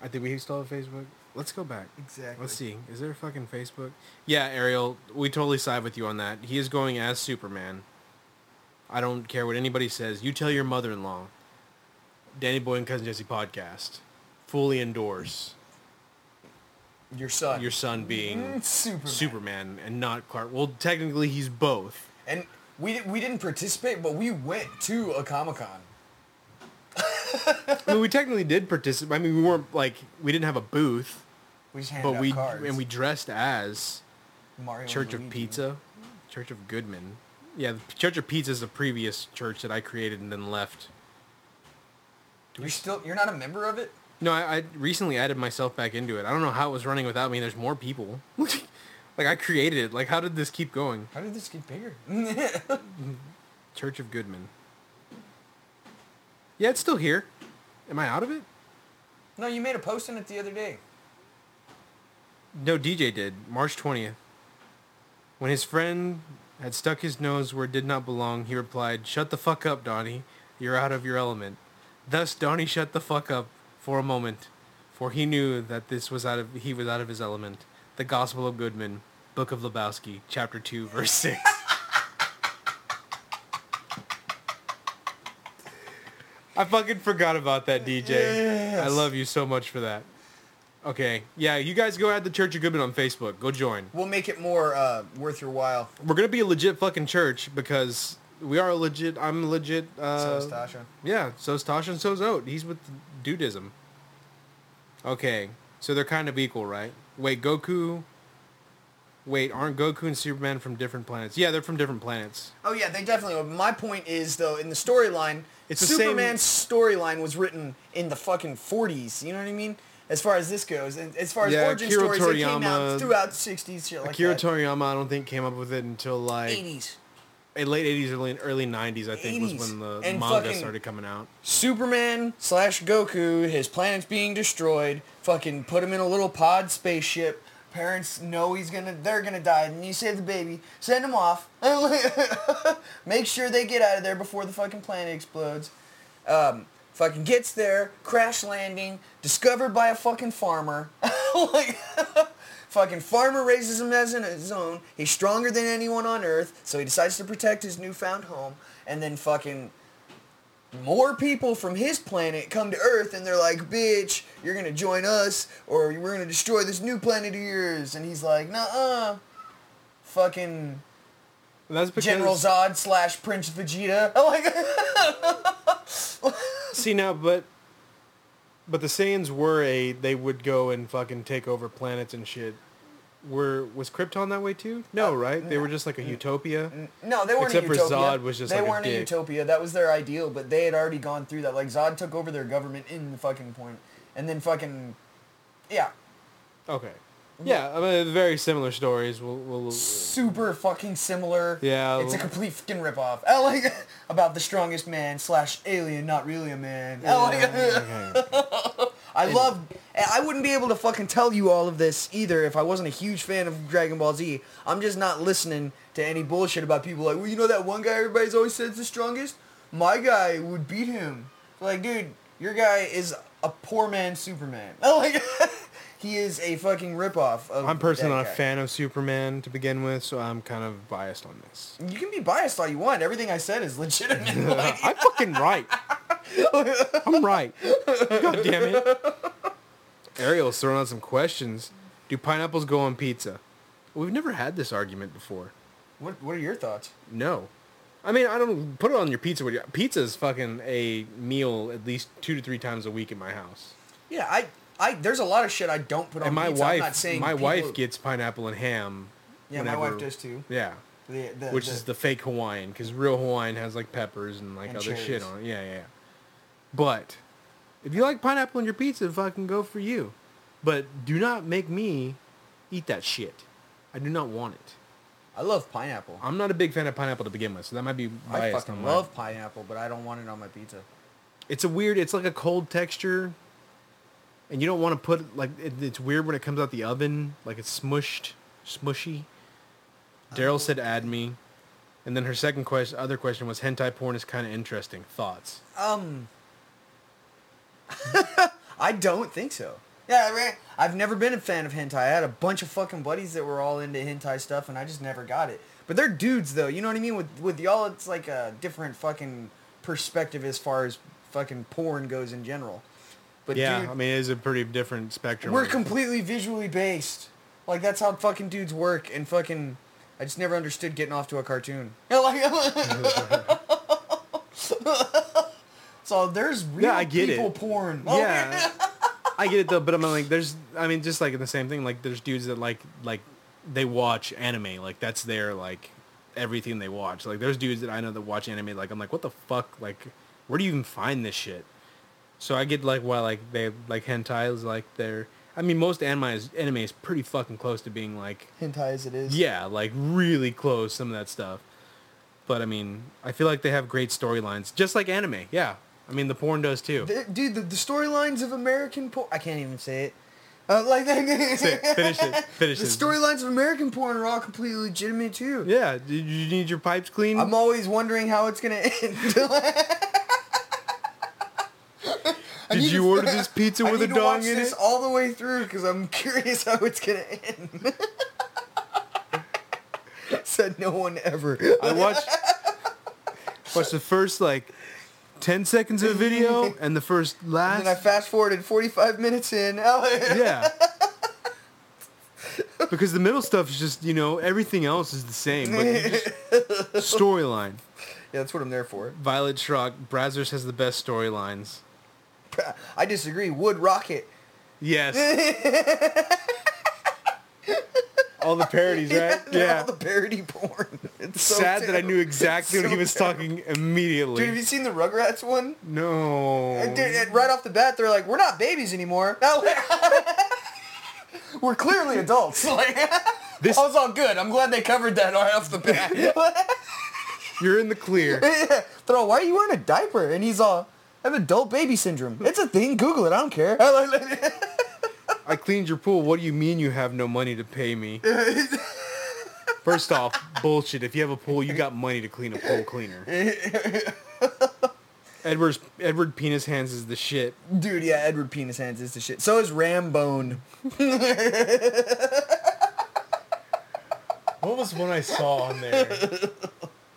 S1: I think we still have Facebook. Let's go back.
S5: Exactly.
S1: Let's see. Is there a fucking Facebook? Yeah, Ariel, we totally side with you on that. He is going as Superman. I don't care what anybody says. You tell your mother-in-law. Danny Boy and Cousin Jesse podcast. Fully endorse
S2: your son. Mm,
S1: your son being
S2: Superman.
S1: Superman and not Clark. Well, technically, he's both.
S2: And we we didn't participate, but we went to a Comic Con.
S1: I mean, we technically did participate. I mean, we weren't like we didn't have a booth,
S2: We just handed
S1: but
S2: out
S1: we
S2: cards.
S1: and we dressed as
S2: Mario
S1: Church of
S2: and Luigi.
S1: Pizza, Church of Goodman. Yeah, the Church of Pizza is the previous church that I created and then left.
S2: You're still you're not a member of it.
S1: No, I, I recently added myself back into it. I don't know how it was running without me. There's more people. like I created it. Like how did this keep going?
S2: How did this get bigger? Mm-hmm.
S1: Church of Goodman. Yeah, it's still here. Am I out of it?
S2: No, you made a post on it the other day.
S1: No, DJ did. March 20th. When his friend had stuck his nose where it did not belong, he replied, Shut the fuck up, Donnie. You're out of your element. Thus, Donnie shut the fuck up for a moment, for he knew that this was out of he was out of his element. The Gospel of Goodman, Book of Lebowski, Chapter 2, Verse 6. I fucking forgot about that, DJ. I love you so much for that. Okay. Yeah, you guys go add the Church of Goodman on Facebook. Go join.
S2: We'll make it more uh, worth your while.
S1: We're gonna be a legit fucking church because we are a legit. I'm a legit. Uh,
S2: so is Tasha.
S1: Yeah. So's Tasha and so's Oat. He's with Dudism. Okay. So they're kind of equal, right? Wait, Goku. Wait, aren't Goku and Superman from different planets? Yeah, they're from different planets.
S2: Oh yeah, they definitely. Are. My point is though, in the storyline,
S1: It's the same-
S2: Superman's storyline was written in the fucking forties. You know what I mean? As far as this goes, and as far as
S1: Yeah,
S2: origin
S1: Akira
S2: stories, that came
S1: Toriyama-
S2: out throughout the sixties, shit like
S1: Akira
S2: that.
S1: Toriyama, I don't think came up with it until like
S2: Eighties.
S1: eh, late '80s, early early '90s. I think was
S2: 80s.
S1: when the
S2: And
S1: manga
S2: fucking-
S1: started coming out.
S2: Superman slash Goku, his planet's being destroyed. Fucking put him in a little pod spaceship. Parents know he's gonna, they're gonna die, and you save the baby. Send him off. Make sure they get out of there before the fucking planet explodes. Um, fucking gets there, crash landing, discovered by a fucking farmer. like, fucking farmer raises him as in his own. He's stronger than anyone on Earth, so he decides to protect his newfound home. And then fucking more people from his planet come to Earth and they're like, bitch, you're gonna join us or we're gonna destroy this new planet of yours. And he's like, nuh-uh. Fucking
S1: That's because
S2: General Zod slash Prince Vegeta. I'm like,
S1: See now, but but the Saiyans were a they would go and fucking take over planets and shit were was Krypton that way too? No, right? They were just like a utopia.
S2: No, they weren't
S1: Except
S2: a
S1: for
S2: utopia.
S1: Zod was just
S2: they
S1: like a
S2: weren't a,
S1: dick.
S2: utopia. That was their ideal, but they had already gone through that. Like Zod took over their government in the fucking point, and then fucking, yeah,
S1: Okay. Yeah, I mean, very similar stories. We'll, we'll
S2: super fucking similar.
S1: Yeah,
S2: it's a
S1: well-
S2: complete fucking ripoff. I like about the strongest man slash alien, not really a man. I like- I love. I wouldn't be able to fucking tell you all of this either if I wasn't a huge fan of Dragon Ball Z. I'm just not listening to any bullshit about people like, well, you know that one guy everybody's always said is the strongest. My guy would beat him. Like, dude, your guy is a poor man Superman. Oh my god, he is a fucking ripoff of.
S1: I'm personally
S2: that
S1: not a
S2: guy.
S1: fan of Superman to begin with, so I'm kind of biased on this.
S2: You can be biased all you want. Everything I said is legitimate. Like,
S1: Uh, I'm fucking right. I'm right. God damn it. Ariel's throwing out some questions. Do pineapples go on pizza? We've never had this argument before.
S2: what What are your thoughts?
S1: No. I mean, I don't put it on your pizza. with your- Pizza is fucking a meal at least two to three times a week in my house.
S2: Yeah, I, I there's a lot of shit I don't put on
S1: And my
S2: pizza. I'm not
S1: wife,
S2: saying
S1: my
S2: people-
S1: wife gets pineapple and ham.
S2: Yeah, my wife
S1: whenever-
S2: does too.
S1: Yeah,
S2: The, the,
S1: which is the fake Hawaiian because real Hawaiian has like peppers and like
S2: And
S1: other shit
S2: cherries.
S1: on it. Yeah, yeah. yeah. But if you like pineapple on your pizza, fucking go for you. But do not make me eat that shit. I do not want it.
S2: I love pineapple.
S1: I'm not a big fan of pineapple to begin with, so that might be
S2: I
S1: biased.
S2: fucking
S1: on
S2: love
S1: mine.
S2: pineapple, but I don't want it on my pizza.
S1: It's a weird. It's like a cold texture, and you don't want to put like it, it's weird when it comes out the oven. Like it's smushed, smushy. Daryl said, "Add me," and then her second question, other question was, "Hentai porn is kind of interesting." Thoughts?
S2: Um, I don't think so. Yeah, I mean, I've never been a fan of hentai. I had a bunch of fucking buddies that were all into hentai stuff, and I just never got it. But they're dudes, though. You know what I mean? With with y'all, it's like a different fucking perspective as far as fucking porn goes in general. But
S1: yeah,
S2: dude,
S1: I mean, it is a pretty different spectrum.
S2: we're
S1: of-
S2: completely visually based. Like that's how fucking dudes work, and fucking, I just never understood getting off to a cartoon. so there's real
S1: I get it.
S2: people porn.
S1: yeah, I get it though. But I'm like, there's, I mean, just like the same thing. Like, there's dudes that like, like, they watch anime. Like, that's their like everything they watch. Like, there's dudes that I know that watch anime. Like, I'm like, what the fuck? Like, where do you even find this shit? So I get like why like they like hentai is like their. I mean, most anime is, anime is pretty fucking close to being like
S2: hentai as it is.
S1: Yeah, like really close some of that stuff. But I mean, I feel like they have great storylines, just like anime. Yeah, I mean the porn does too.
S2: The- dude, the, the storylines of American porn. I can't even say it. Uh, like
S1: Say it,
S2: that.
S1: finish it. Finish
S2: the
S1: it.
S2: storylines of American porn are all completely legitimate too.
S1: Yeah, did you need your pipes clean?
S2: I'm always wondering how it's gonna end.
S1: did
S2: need
S1: you
S2: to-
S1: order this pizza
S2: I
S1: with a
S2: need to watch
S1: dong in
S2: this
S1: it?
S2: all the way through because I'm curious how it's gonna end. Said no one ever.
S1: I watched watched the first like ten seconds of the video and the first last.
S2: And then I fast forwarded 45 minutes in.
S1: yeah. Because the middle stuff is just, you know, everything else is the same. But you just- storyline.
S2: Yeah, that's what I'm there for.
S1: Violet Shrock, Brazzers has the best storylines.
S2: I disagree. Wood Rocket.
S1: Yes. all the parodies, right?
S2: They're
S1: Yeah.
S2: All the parody porn. It's so
S1: Sad that I
S2: terrible.
S1: knew exactly what
S2: So
S1: he was talking
S2: Dude, have
S1: immediately.
S2: you seen the Rugrats one?
S1: No.
S2: And dude, and right off the bat, they're like, "We're not babies anymore. We're clearly adults." Like,
S1: This-
S2: I was all good. I'm glad they covered that right off the bat.
S1: You're in the clear.
S2: They're all, why are you wearing a diaper? And he's all, I have adult baby syndrome. It's a thing. Google it. I don't care.
S1: I cleaned your pool. What do you mean you have no money to pay me? First off, bullshit. If you have a pool, you got money to clean a pool cleaner. Edward's Edward penis hands is the shit.
S2: Dude, yeah, Edward Penis Hands is the shit. So is Rambone.
S1: What was one I saw on there?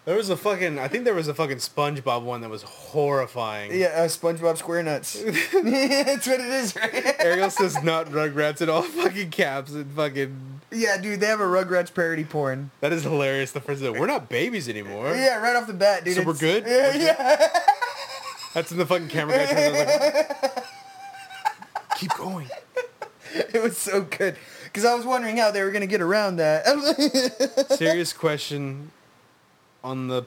S1: There was a fucking. I think there was a fucking SpongeBob one that was horrifying.
S2: Yeah, uh, SpongeBob SquareNuts. That's what it is, right?
S1: Ariel says not Rugrats in all fucking caps and fucking.
S2: Yeah, dude, they have a Rugrats parody porn.
S1: That is hilarious. The first we're not babies anymore.
S2: Yeah, right off the bat, dude.
S1: So we're
S2: it's-
S1: good?
S2: Yeah, yeah.
S1: That's in the fucking camera guy. Turns on, like, Keep going.
S2: It was so good. Because I was wondering how they were going to get around that.
S1: Serious question on the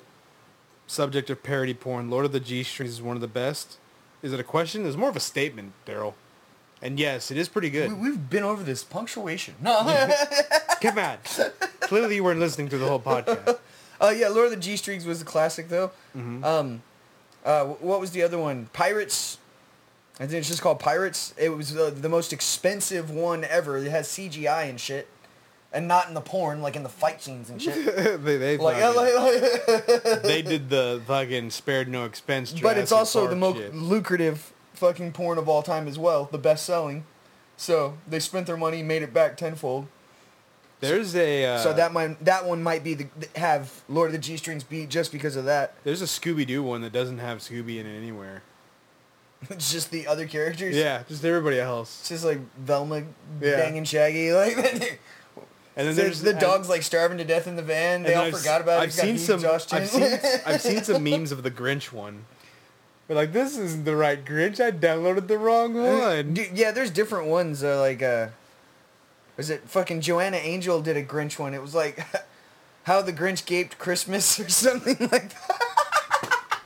S1: subject of parody porn. Lord of the G Strings is one of the best. Is it a question? It's more of a statement, Daryl. And yes, it is pretty
S2: we,
S1: good.
S2: we've been over this punctuation. No.
S1: Come on. Clearly you weren't listening to the whole podcast.
S2: uh, yeah, Lord of the G Strings was the classic, though.
S1: Mm-hmm.
S2: Um, uh, wh- what was the other one? Pirates. I think it's just called Pirates. It was uh, the, the most expensive one ever. It has CGI and shit. And not in the porn, like in the fight scenes and shit.
S1: they, they,
S2: like, yeah,
S1: fucking-
S2: like- like-
S1: they did the fucking spared no expense.
S2: but it's
S1: Jurassic
S2: also
S1: Park
S2: the most
S1: shit.
S2: lucrative fucking porn of all time as well, the best selling. So they spent their money, made it back tenfold.
S1: There's a uh,
S2: so that might that one might be the have Lord of the G Strings beat just because of that.
S1: there's a Scooby Doo one that doesn't have Scooby in it anywhere.
S2: It's just the other characters.
S1: Yeah, just everybody else.
S2: It's just like Velma
S1: Yeah.
S2: banging Shaggy. Like
S1: And then
S2: there's
S1: there's
S2: the
S1: and-
S2: dogs like starving to death in the van. They
S1: and
S2: all
S1: I've-
S2: forgot about it.
S1: I've
S2: It's got
S1: seen
S2: huge
S1: some.
S2: exhaustion.
S1: I've seen. I've seen some memes of the Grinch one. But like, this isn't the right Grinch. I downloaded the wrong one.
S2: Dude, yeah, there's different ones. Uh, like, uh, was it fucking Joanna Angel did a Grinch one? It was like, how the Grinch gaped Christmas or something like that.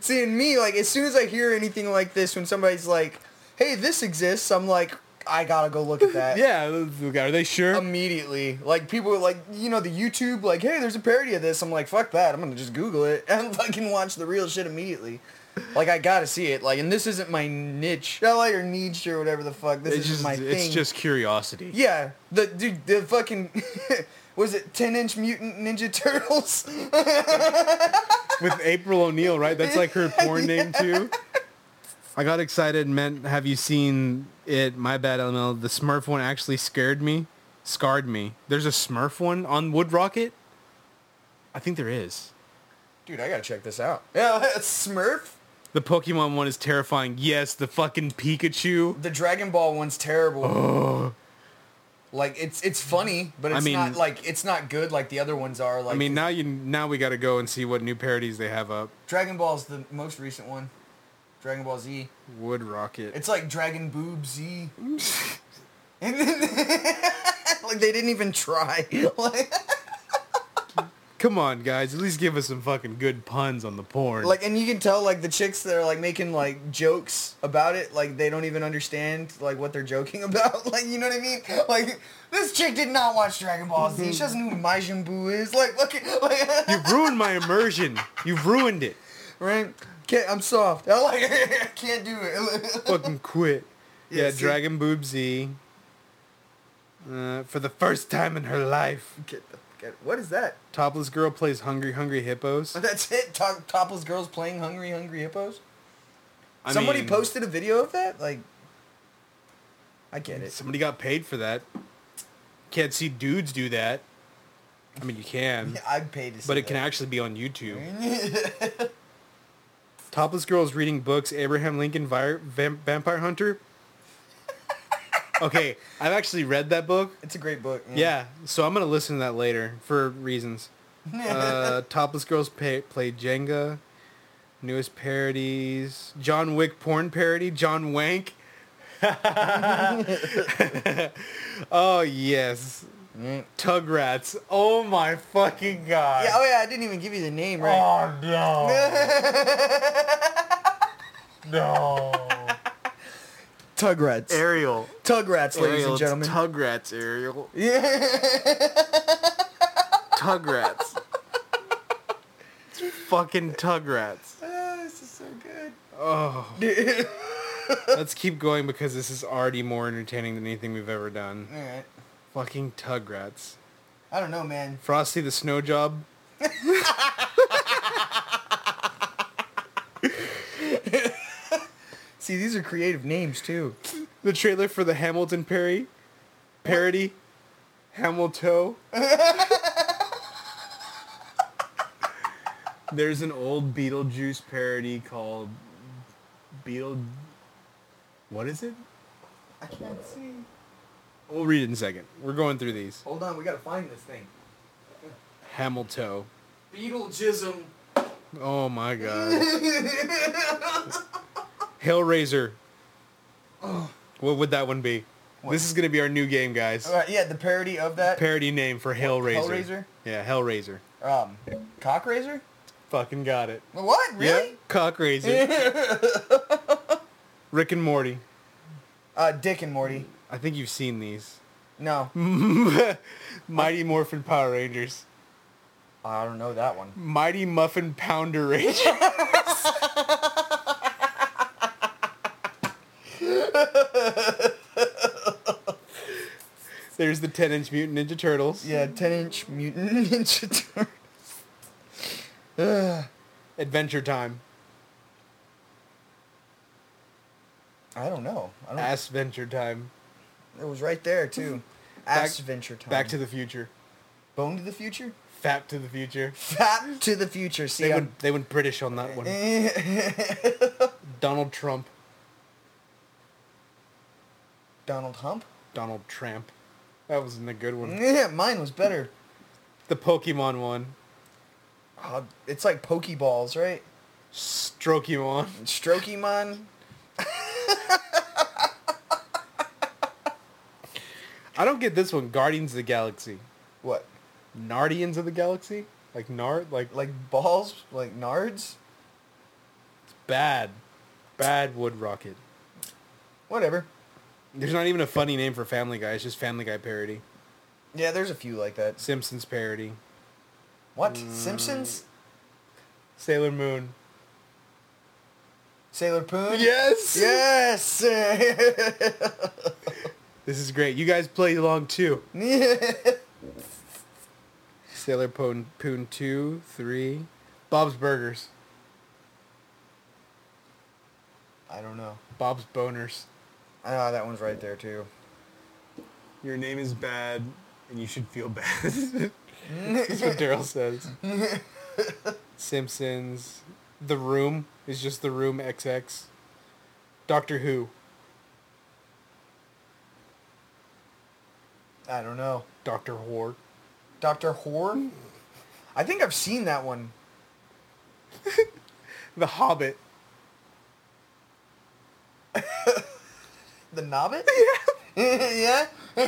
S2: See, in me, like, as soon as I hear anything like this, when somebody's like, hey, this exists, I'm like, I gotta go look at that
S1: Yeah, Um, are they sure?
S2: immediately. Like people were like, you know, the YouTube like, hey, there's a parody of this. I'm like, fuck that. I'm gonna just Google it and fucking watch the real shit immediately. Like I gotta see it. Like, and this isn't my niche. I like your niche or whatever the fuck. This
S1: it's
S2: isn't
S1: just
S2: my
S1: it's
S2: thing.
S1: just curiosity.
S2: yeah. The dude, the fucking was it Ten Inch Mutant Ninja Turtles?
S1: with April O'Neil, right? That's like her porn name too. I got excited and meant, have you seen it? My bad, LML. The Smurf one actually scared me, scarred me. There's a Smurf one on Wood Rocket. I think there is.
S2: dude, I gotta check this out. Yeah, Smurf.
S1: The Pokemon one is terrifying. Yes, the fucking Pikachu.
S2: The Dragon Ball one's terrible. Like it's it's funny, but
S1: I
S2: it's
S1: mean-
S2: not like it's not good like the other ones are. Like
S1: I mean, now you now we got to go and see what new parodies they have up.
S2: Dragon Ball's the most recent one. Dragon Ball Z.
S1: Wood Rocket.
S2: It's like Dragon Boob Z. Mm. And then- like they didn't even try. like,
S1: Come on, guys. At least give us some fucking good puns on the porn.
S2: like, and you can tell like the chicks that are like making like jokes about it, like they don't even understand like what they're joking about. Like you know what I mean? Like this chick did not watch Dragon Ball Z. She doesn't know who Majin Buu is. Like look at like
S1: you've ruined my immersion. You've ruined it.
S2: right. Can't, I'm soft. I like I can't do it.
S1: fucking quit. Yeah,
S2: Yeah, see-
S1: Dragon Boob Z. Uh, for the first time in her life,
S2: Get the, get, what is that?
S1: topless girl plays Hungry Hungry Hippos.
S2: That's it. Top, topless girls playing hungry, hungry hippos.
S1: I
S2: Somebody
S1: mean,
S2: posted a video of that. Like, I get it.
S1: Somebody got paid for that. Can't see dudes do that. I mean, you can,
S2: Yeah, I'd pay to see
S1: but it can
S2: that.
S1: actually be on YouTube. topless girls reading books. Abraham Lincoln Vi- Vam- Vampire Hunter. Okay, I've actually read that book.
S2: It's a great book. Mm.
S1: Yeah, so I'm gonna listen to that later for reasons. Uh, topless girls pay, play Jenga. Newest parodies: John Wick porn parody, John Wank. oh yes, Tug Rats. Oh my fucking god.
S2: Yeah. Oh yeah. I didn't even give you the name, right?
S4: Oh,
S2: Tugrats.
S1: Ariel.
S2: Tugrats, ladies and gentlemen.
S1: Tug Rats. Ariel.
S2: yeah.
S1: Tug Rats. fucking Tug Rats.
S2: this is so good.
S1: Oh. Let's keep going because this is already more entertaining than anything we've ever done.
S2: All right.
S1: Fucking Tugrats.
S2: I don't know, man.
S1: Frosty the Snow Job.
S2: See, these are creative names too.
S1: The trailer for the Hamilton Perry parody. Hamilton. There's an old Beetlejuice parody called Beetle. What is it?
S2: I can't see.
S1: We'll read it in a second. We're going through these.
S2: Hold on. We gotta find this thing.
S1: Hamilton.
S2: Beetlejuism.
S1: Oh my god. Hellraiser.
S2: Oh.
S1: What would that one be? This is gonna be our new game, guys.
S2: All right, yeah, the parody of that.
S1: Parody name for Hellraiser.
S2: Hellraiser?
S1: Yeah, Hellraiser.
S2: um, Cockraiser?
S1: Fucking got it.
S2: What? Really?
S1: Yeah, Cockraiser. Rick and Morty.
S2: Uh, Dick and Morty.
S1: I think you've seen these.
S2: No,
S1: Mighty Morphin Power Rangers.
S2: I don't know that one.
S1: Mighty Muffin Pounder Ranger. There's the 10-inch Mutant Ninja Turtles.
S2: Yeah, Ten Inch Mutant Ninja Turtles.
S1: Adventure Time.
S2: I don't know. I don't.
S1: Ass Venture Time.
S2: It was right there too.
S1: Back-
S2: Ass Adventure Time.
S1: Back to the Future.
S2: Bone to the Future.
S1: Fap to the Future.
S2: Fat to the Future. See,
S1: They
S2: I'm- Eh.
S1: went they went British on that one. Donald Trump.
S2: Donald Hump.
S1: Donald Tramp. That wasn't a good one.
S2: Yeah, mine was better.
S1: The Pokemon one.
S2: Oh, it's like Pokeballs, right?
S1: Strokemon.
S2: And Strokemon.
S1: I don't get this one. Guardians of the Galaxy.
S2: What?
S1: Nardians of the Galaxy? Like Nard? Like, like
S2: Like balls? Like nards?
S1: bad. Bad Wood Rocket.
S2: Whatever.
S1: There's not even a funny name for Family Guy. It's just Family Guy parody.
S2: Yeah, there's a few like that.
S1: Simpsons parody.
S2: What?
S1: Mm.
S2: Simpsons?
S1: Sailor Moon.
S2: Sailor Poon?
S1: Yes!
S2: Yes.
S1: This is great. You guys play along too. Sailor Poon, Poon 2, 3. Bob's Burgers.
S2: I don't know.
S1: Bob's Boners.
S2: Ah, that one's right there too.
S4: Your name is bad, and you should feel bad.
S1: That's what Daryl says. Simpsons. The Room is just The Room XX. Doctor Who.
S2: I don't know.
S1: Doctor Whore.
S2: Doctor Whore? I think I've seen that one.
S1: The Hobbit.
S2: The Nobbit? Yeah. yeah.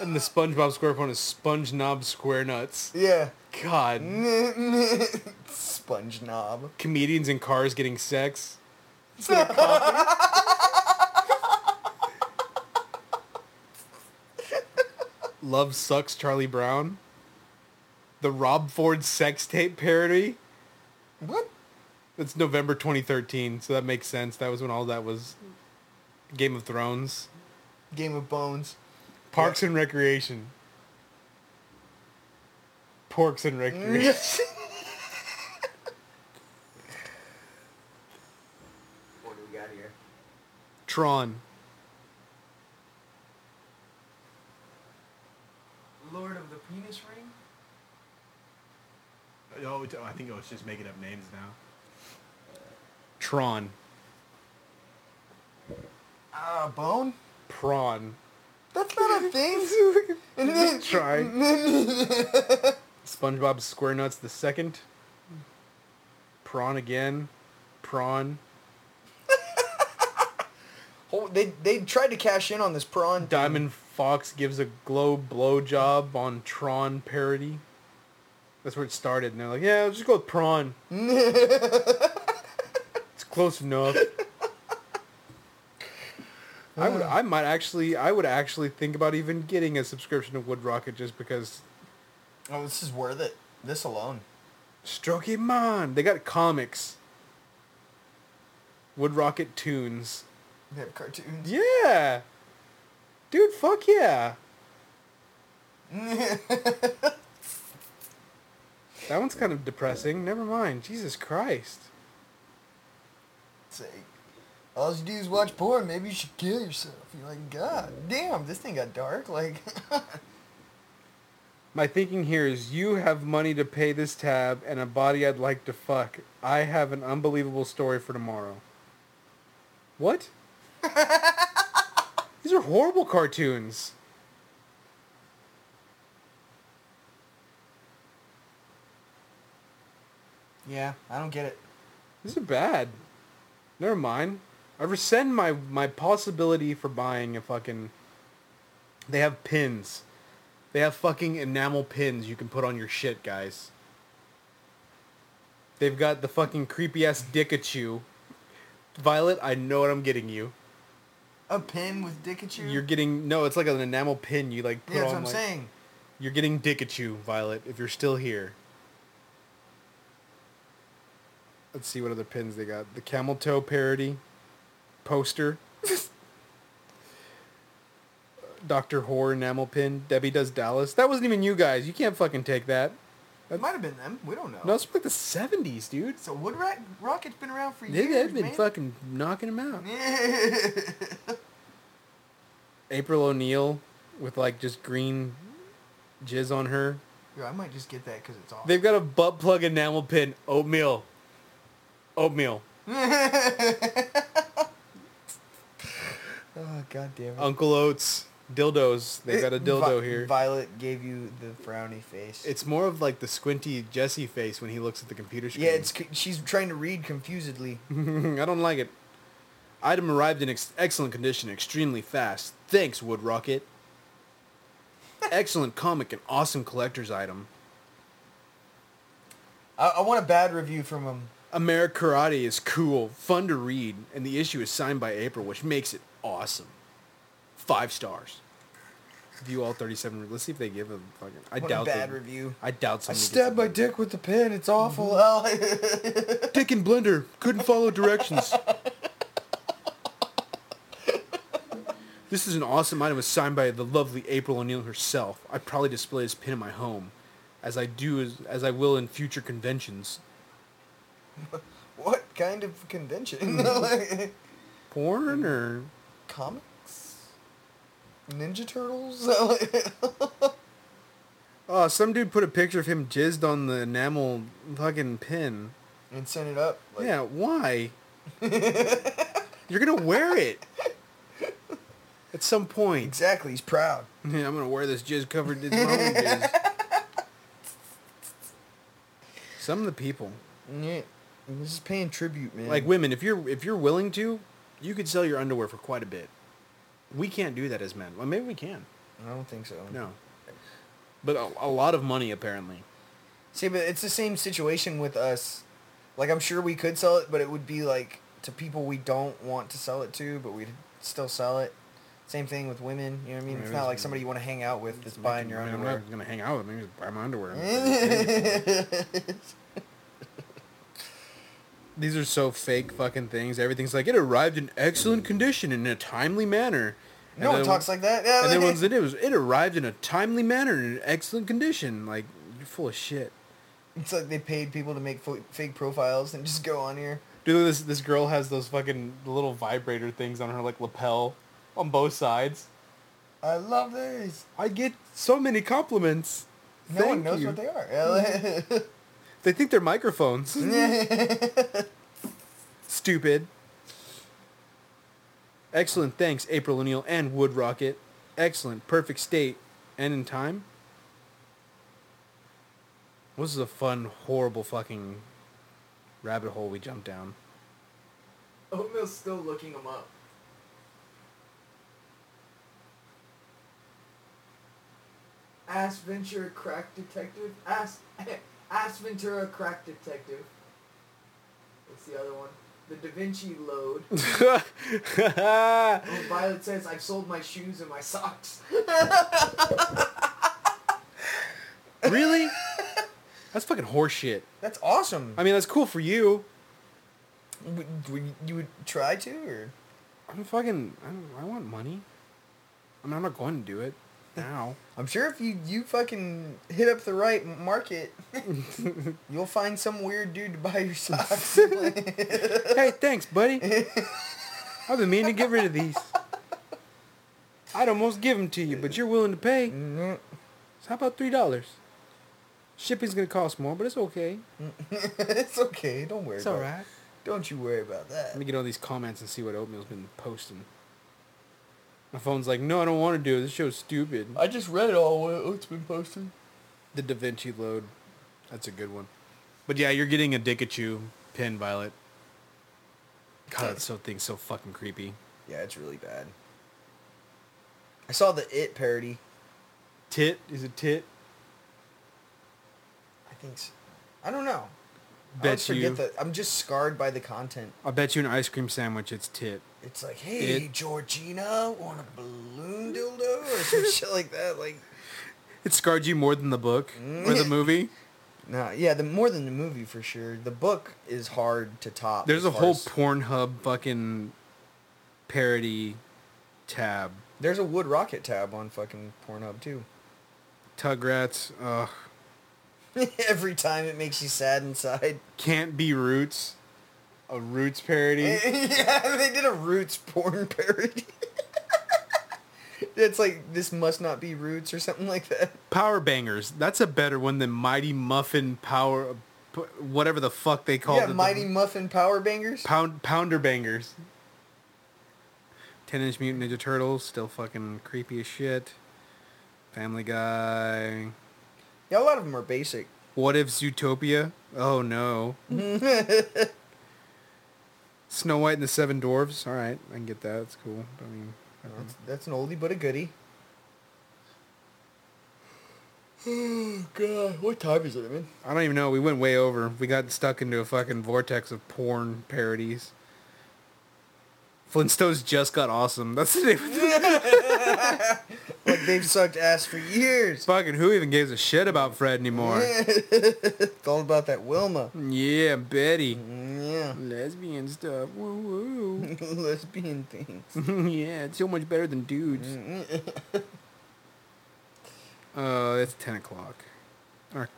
S1: And the SpongeBob SquarePants is Sponge Knob Square Nuts.
S2: Yeah.
S1: God.
S2: Sponge knob.
S1: Comedians in cars getting sex. Love Sucks Charlie Brown. The Rob Ford sex tape parody.
S2: What?
S1: It's November 2013, so that makes sense. That was when all that was Game of Thrones.
S2: Game of Bones.
S1: Parks and Recreation. Porks and Recreation.
S2: What do we got here?
S1: Tron.
S4: Lord of the Penis Ring? Oh, it- oh, I think I was just making up names now.
S1: Tron.
S2: Ah, bone?
S1: Prawn.
S2: That's not a thing.
S1: Try. SpongeBob SquareNuts the second. Prawn again. Prawn.
S2: Oh, they they tried to cash in on this prawn. thing.
S1: Diamond Fox gives a glow blowjob on Tron parody. That's where it started, and they're like, "Yeah, let's just go with prawn. it's close enough." I would, I might actually, I would actually think about even getting a subscription to Wood Rocket just because
S2: Oh, this is worth it. This alone.
S1: Strokemon. They got comics. Wood Rocket tunes.
S2: They have cartoons.
S1: Yeah. Dude, fuck yeah. that one's kind of depressing. Never mind. Jesus Christ.
S2: Say, all you do is watch porn. Maybe you should kill yourself. You're like, God damn, this thing got dark. Like,
S1: My thinking here is you have money to pay this tab and a body I'd like to fuck. I have an unbelievable story for tomorrow. What? These are horrible cartoons.
S2: Yeah, I don't get it.
S1: These are bad. Never mind. I rescind my my possibility for buying a fucking. They have pins. They have fucking enamel pins you can put on your shit, guys. They've got the fucking creepy ass Dickachu. Violet, I know what I'm getting you.
S2: A pin with Dickachu?
S1: You're getting no, it's like an enamel pin you like put
S2: yeah, that's
S1: on
S2: what I'm
S1: like
S2: saying.
S1: you're getting Dickachu, Violet, if you're still here. Let's see what other pins they got. The camel toe parody poster. Dr. Horror enamel pin. Debbie does Dallas. That wasn't even you guys. You can't fucking take that.
S2: It might have been them. We don't know.
S1: No, it's from, like the seventies, dude.
S2: So Wood Rock, Rocket's been around for
S1: They,
S2: years,
S1: they've been
S2: man.
S1: fucking knocking him out. April O'Neil with like just green jizz on her.
S2: Yo, I might just get that because it's awesome.
S1: They've got a butt plug enamel pin. Oatmeal. Oatmeal.
S2: oh, God damn it.
S1: Uncle Oats. Dildos. They've got a dildo
S2: Vi-
S1: here.
S2: Violet gave you the frowny face.
S1: It's more of like the squinty Jesse face when he looks at the computer screen.
S2: yeah, it's c- she's trying to read confusedly.
S1: I don't like it. Item arrived in ex- excellent condition, extremely fast. Thanks, Wood Rocket. excellent comic and awesome collector's item.
S2: I, I want a bad review from him.
S1: America Karate is cool, fun to read, and the issue is signed by April, which makes it awesome. Five stars. View all 37. Let's see if they give a fucking... I
S2: What
S1: doubt
S2: a bad
S1: they-
S2: review.
S1: I doubt
S2: I
S1: somebody gets
S2: stabbed
S1: a
S2: my
S1: bad-
S2: dick with the pen. It's awful. Oh,
S1: Mm-hmm. Dick and blender. Couldn't follow directions. this is an awesome item. It's signed by the lovely April O'Neil herself. I probably display this pin in my home, as I do as, as I will in future conventions.
S2: what kind of convention?
S1: Mm-hmm.
S2: Like,
S1: Porn or
S2: Comics? Ninja Turtles?
S1: oh, some dude put a picture of him jizzed on the enamel fucking pin.
S2: and send it up. Like,
S1: yeah, why? You're gonna wear it at some point.
S2: Exactly. He's proud.
S1: Yeah, I'm gonna wear this jizz covered in my own jizz. Some of the people,
S2: Yeah. This is paying tribute, man.
S1: like women, if you're if you're willing to, you could sell your underwear for quite a bit. We can't do that as men. Well, maybe we can.
S2: I don't think so.
S1: No, but a, a lot of money apparently.
S2: See, but it's the same situation with us. Like, I'm sure we could sell it, but it would be like to people we don't want to sell it to, but we'd still sell it. Same thing with women. You know what I mean? It's
S1: Maybe
S2: not
S1: it's-
S2: like somebody you want to hang out with that's buying your
S1: I mean,
S2: underwear.
S1: I'm not gonna hang out with them. Just buy my underwear. These are so fake fucking things. Everything's like it arrived in excellent condition in a timely manner. And
S2: No one
S1: then-
S2: talks like that. Yeah,
S1: And then
S2: like-
S1: once it was, it arrived in a timely manner and in excellent condition. Like you're full of shit.
S2: it's like they paid people to make fo- fake profiles and just go on here.
S1: Dude, this this girl has those fucking little vibrator things on her like lapel, on both sides.
S2: I love these.
S1: I get so many compliments.
S2: No one knows what they are. Yeah, like-
S1: They think they're microphones. Stupid. Excellent, thanks, April O'Neil and Wood Rocket. Excellent, perfect state, and in time. This is a fun, horrible fucking rabbit hole we jumped down.
S6: Oatmeal's still looking him up. Ass Ventura Crack Detective. Ass Ass Ventura Crack Detective. What's the other one? The Da Vinci Load.
S1: That's
S6: Oh, Violet says I've sold my shoes and my socks.
S1: Really? fucking horseshit.
S2: that's awesome.
S1: I mean, that's cool for you.
S2: Would, would, you would try to, or
S1: I'm fucking. I, don't, I want money. I mean, I'm not going to do it now.
S2: I'm sure if you you fucking hit up the right market, you'll find some weird dude to buy your socks.
S1: hey, thanks, buddy. I've been meaning to get rid of these. I'd almost give them to you, but you're willing to pay. So how about three dollars? Shipping's gonna cost more, but it's okay.
S2: it's okay. Don't worry.
S1: It's
S2: about
S1: all
S2: it.
S1: right.
S2: Don't you worry about
S1: Let
S2: that.
S1: me get all these comments and see what Oatmeal's been posting. My phone's like, no, I don't want to do it. This show's stupid.
S2: I just read all what's been posted.
S1: The Da Vinci Load. That's a good one. But yeah, you're getting a Dickachu pin, Violet. God, that so thing's so fucking creepy.
S2: Yeah, it's really bad. I saw the It parody.
S1: Tit? Is it tit?
S2: I think. s I don't know. I always
S1: Bet you.
S2: Forget the, I'm just scarred by the content.
S1: I bet you an ice cream sandwich it's tit.
S2: It's like, hey,
S1: It-
S2: Georgina, want a balloon dildo or some shit like that? Like,
S1: It scarred you more than the book or the movie.
S2: nah, yeah, the more than the movie for sure. The book is hard to top.
S1: There's a
S2: as far
S1: whole
S2: as-
S1: Pornhub fucking parody tab.
S2: there's a Wood Rocket tab on fucking Pornhub too.
S1: Tugrats. Ugh.
S2: Every time it makes you sad inside.
S1: Can't be Roots. A Roots parody.
S2: yeah, they did a Roots porn parody. it's like this must not be Roots or something like that.
S1: Power Bangers. That's a better one than Mighty Muffin Power, p- whatever the fuck they call
S2: Yeah,
S1: it. the-
S2: Mighty Muffin Power Bangers.
S1: pound Pounder Bangers. Ten Inch Mutant Ninja Turtles. Still fucking creepy as shit. Family Guy.
S2: Yeah, a lot of them are basic.
S1: What if Zootopia? Oh no. Snow White and the Seven Dwarfs. All right, I can get that. It's cool. I mean, I don't know.
S2: That's, that's an oldie but a goodie. Oh God, what time is it, man?
S1: I don't even know. We went way over. We got stuck into a fucking vortex of porn parodies. Flintstones just got awesome. That's the name. Of the
S2: Like they've sucked ass for years.
S1: fucking who even gives a shit about Fred anymore?
S2: It's all about that Wilma. Mm,
S1: yeah, Betty.
S2: Yeah,
S1: Lesbian stuff. Woo
S2: lesbian things.
S1: woo. yeah, it's so much better than dudes. Uh, it's ten o'clock. Our,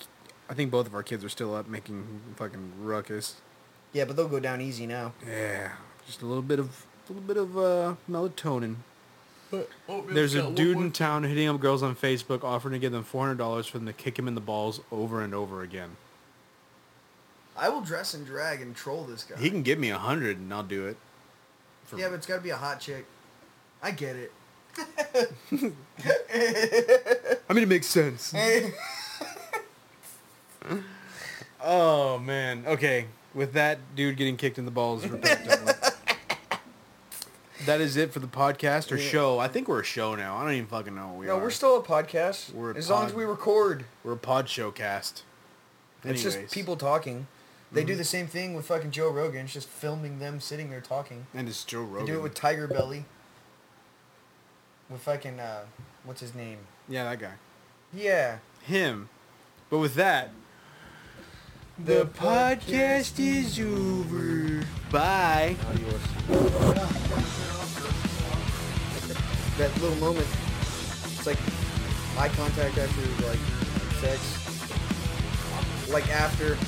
S1: I think both of our kids are still up making fucking ruckus.
S2: Yeah, but they'll go down easy now.
S1: Yeah, just a little bit of a little bit of uh, melatonin.
S4: Oh,
S1: There's a dude in town hitting up girls on Facebook, offering to give them four hundred dollars for them to kick him in the balls over and over again.
S2: I will dress in drag and troll this guy.
S1: He can give me a hundred, and I'll do it. For-
S2: Yeah, but it's got to be a hot chick. I get it.
S1: I mean, it makes sense. oh man. Okay, with that dude getting kicked in the balls. we're back down. that is it for the podcast or show. I think we're a show now. I don't even fucking know what we
S2: No,
S1: are.
S2: we're still a podcast.
S1: We're a
S2: as long
S1: pod.
S2: as we record.
S1: we're a pod show cast.
S2: It's just
S1: Anyways. Mm-hmm.
S2: people talking. They do the same thing with fucking Joe Rogan. It's just filming them sitting there talking.
S1: and it's Joe Rogan.
S2: They do it with Tiger Belly. With fucking uh, what's his name?
S1: yeah, that guy.
S2: Yeah.
S1: him. But with that, the podcast is over. Bye.
S2: That little moment. It's like eye contact after like sex. Like after.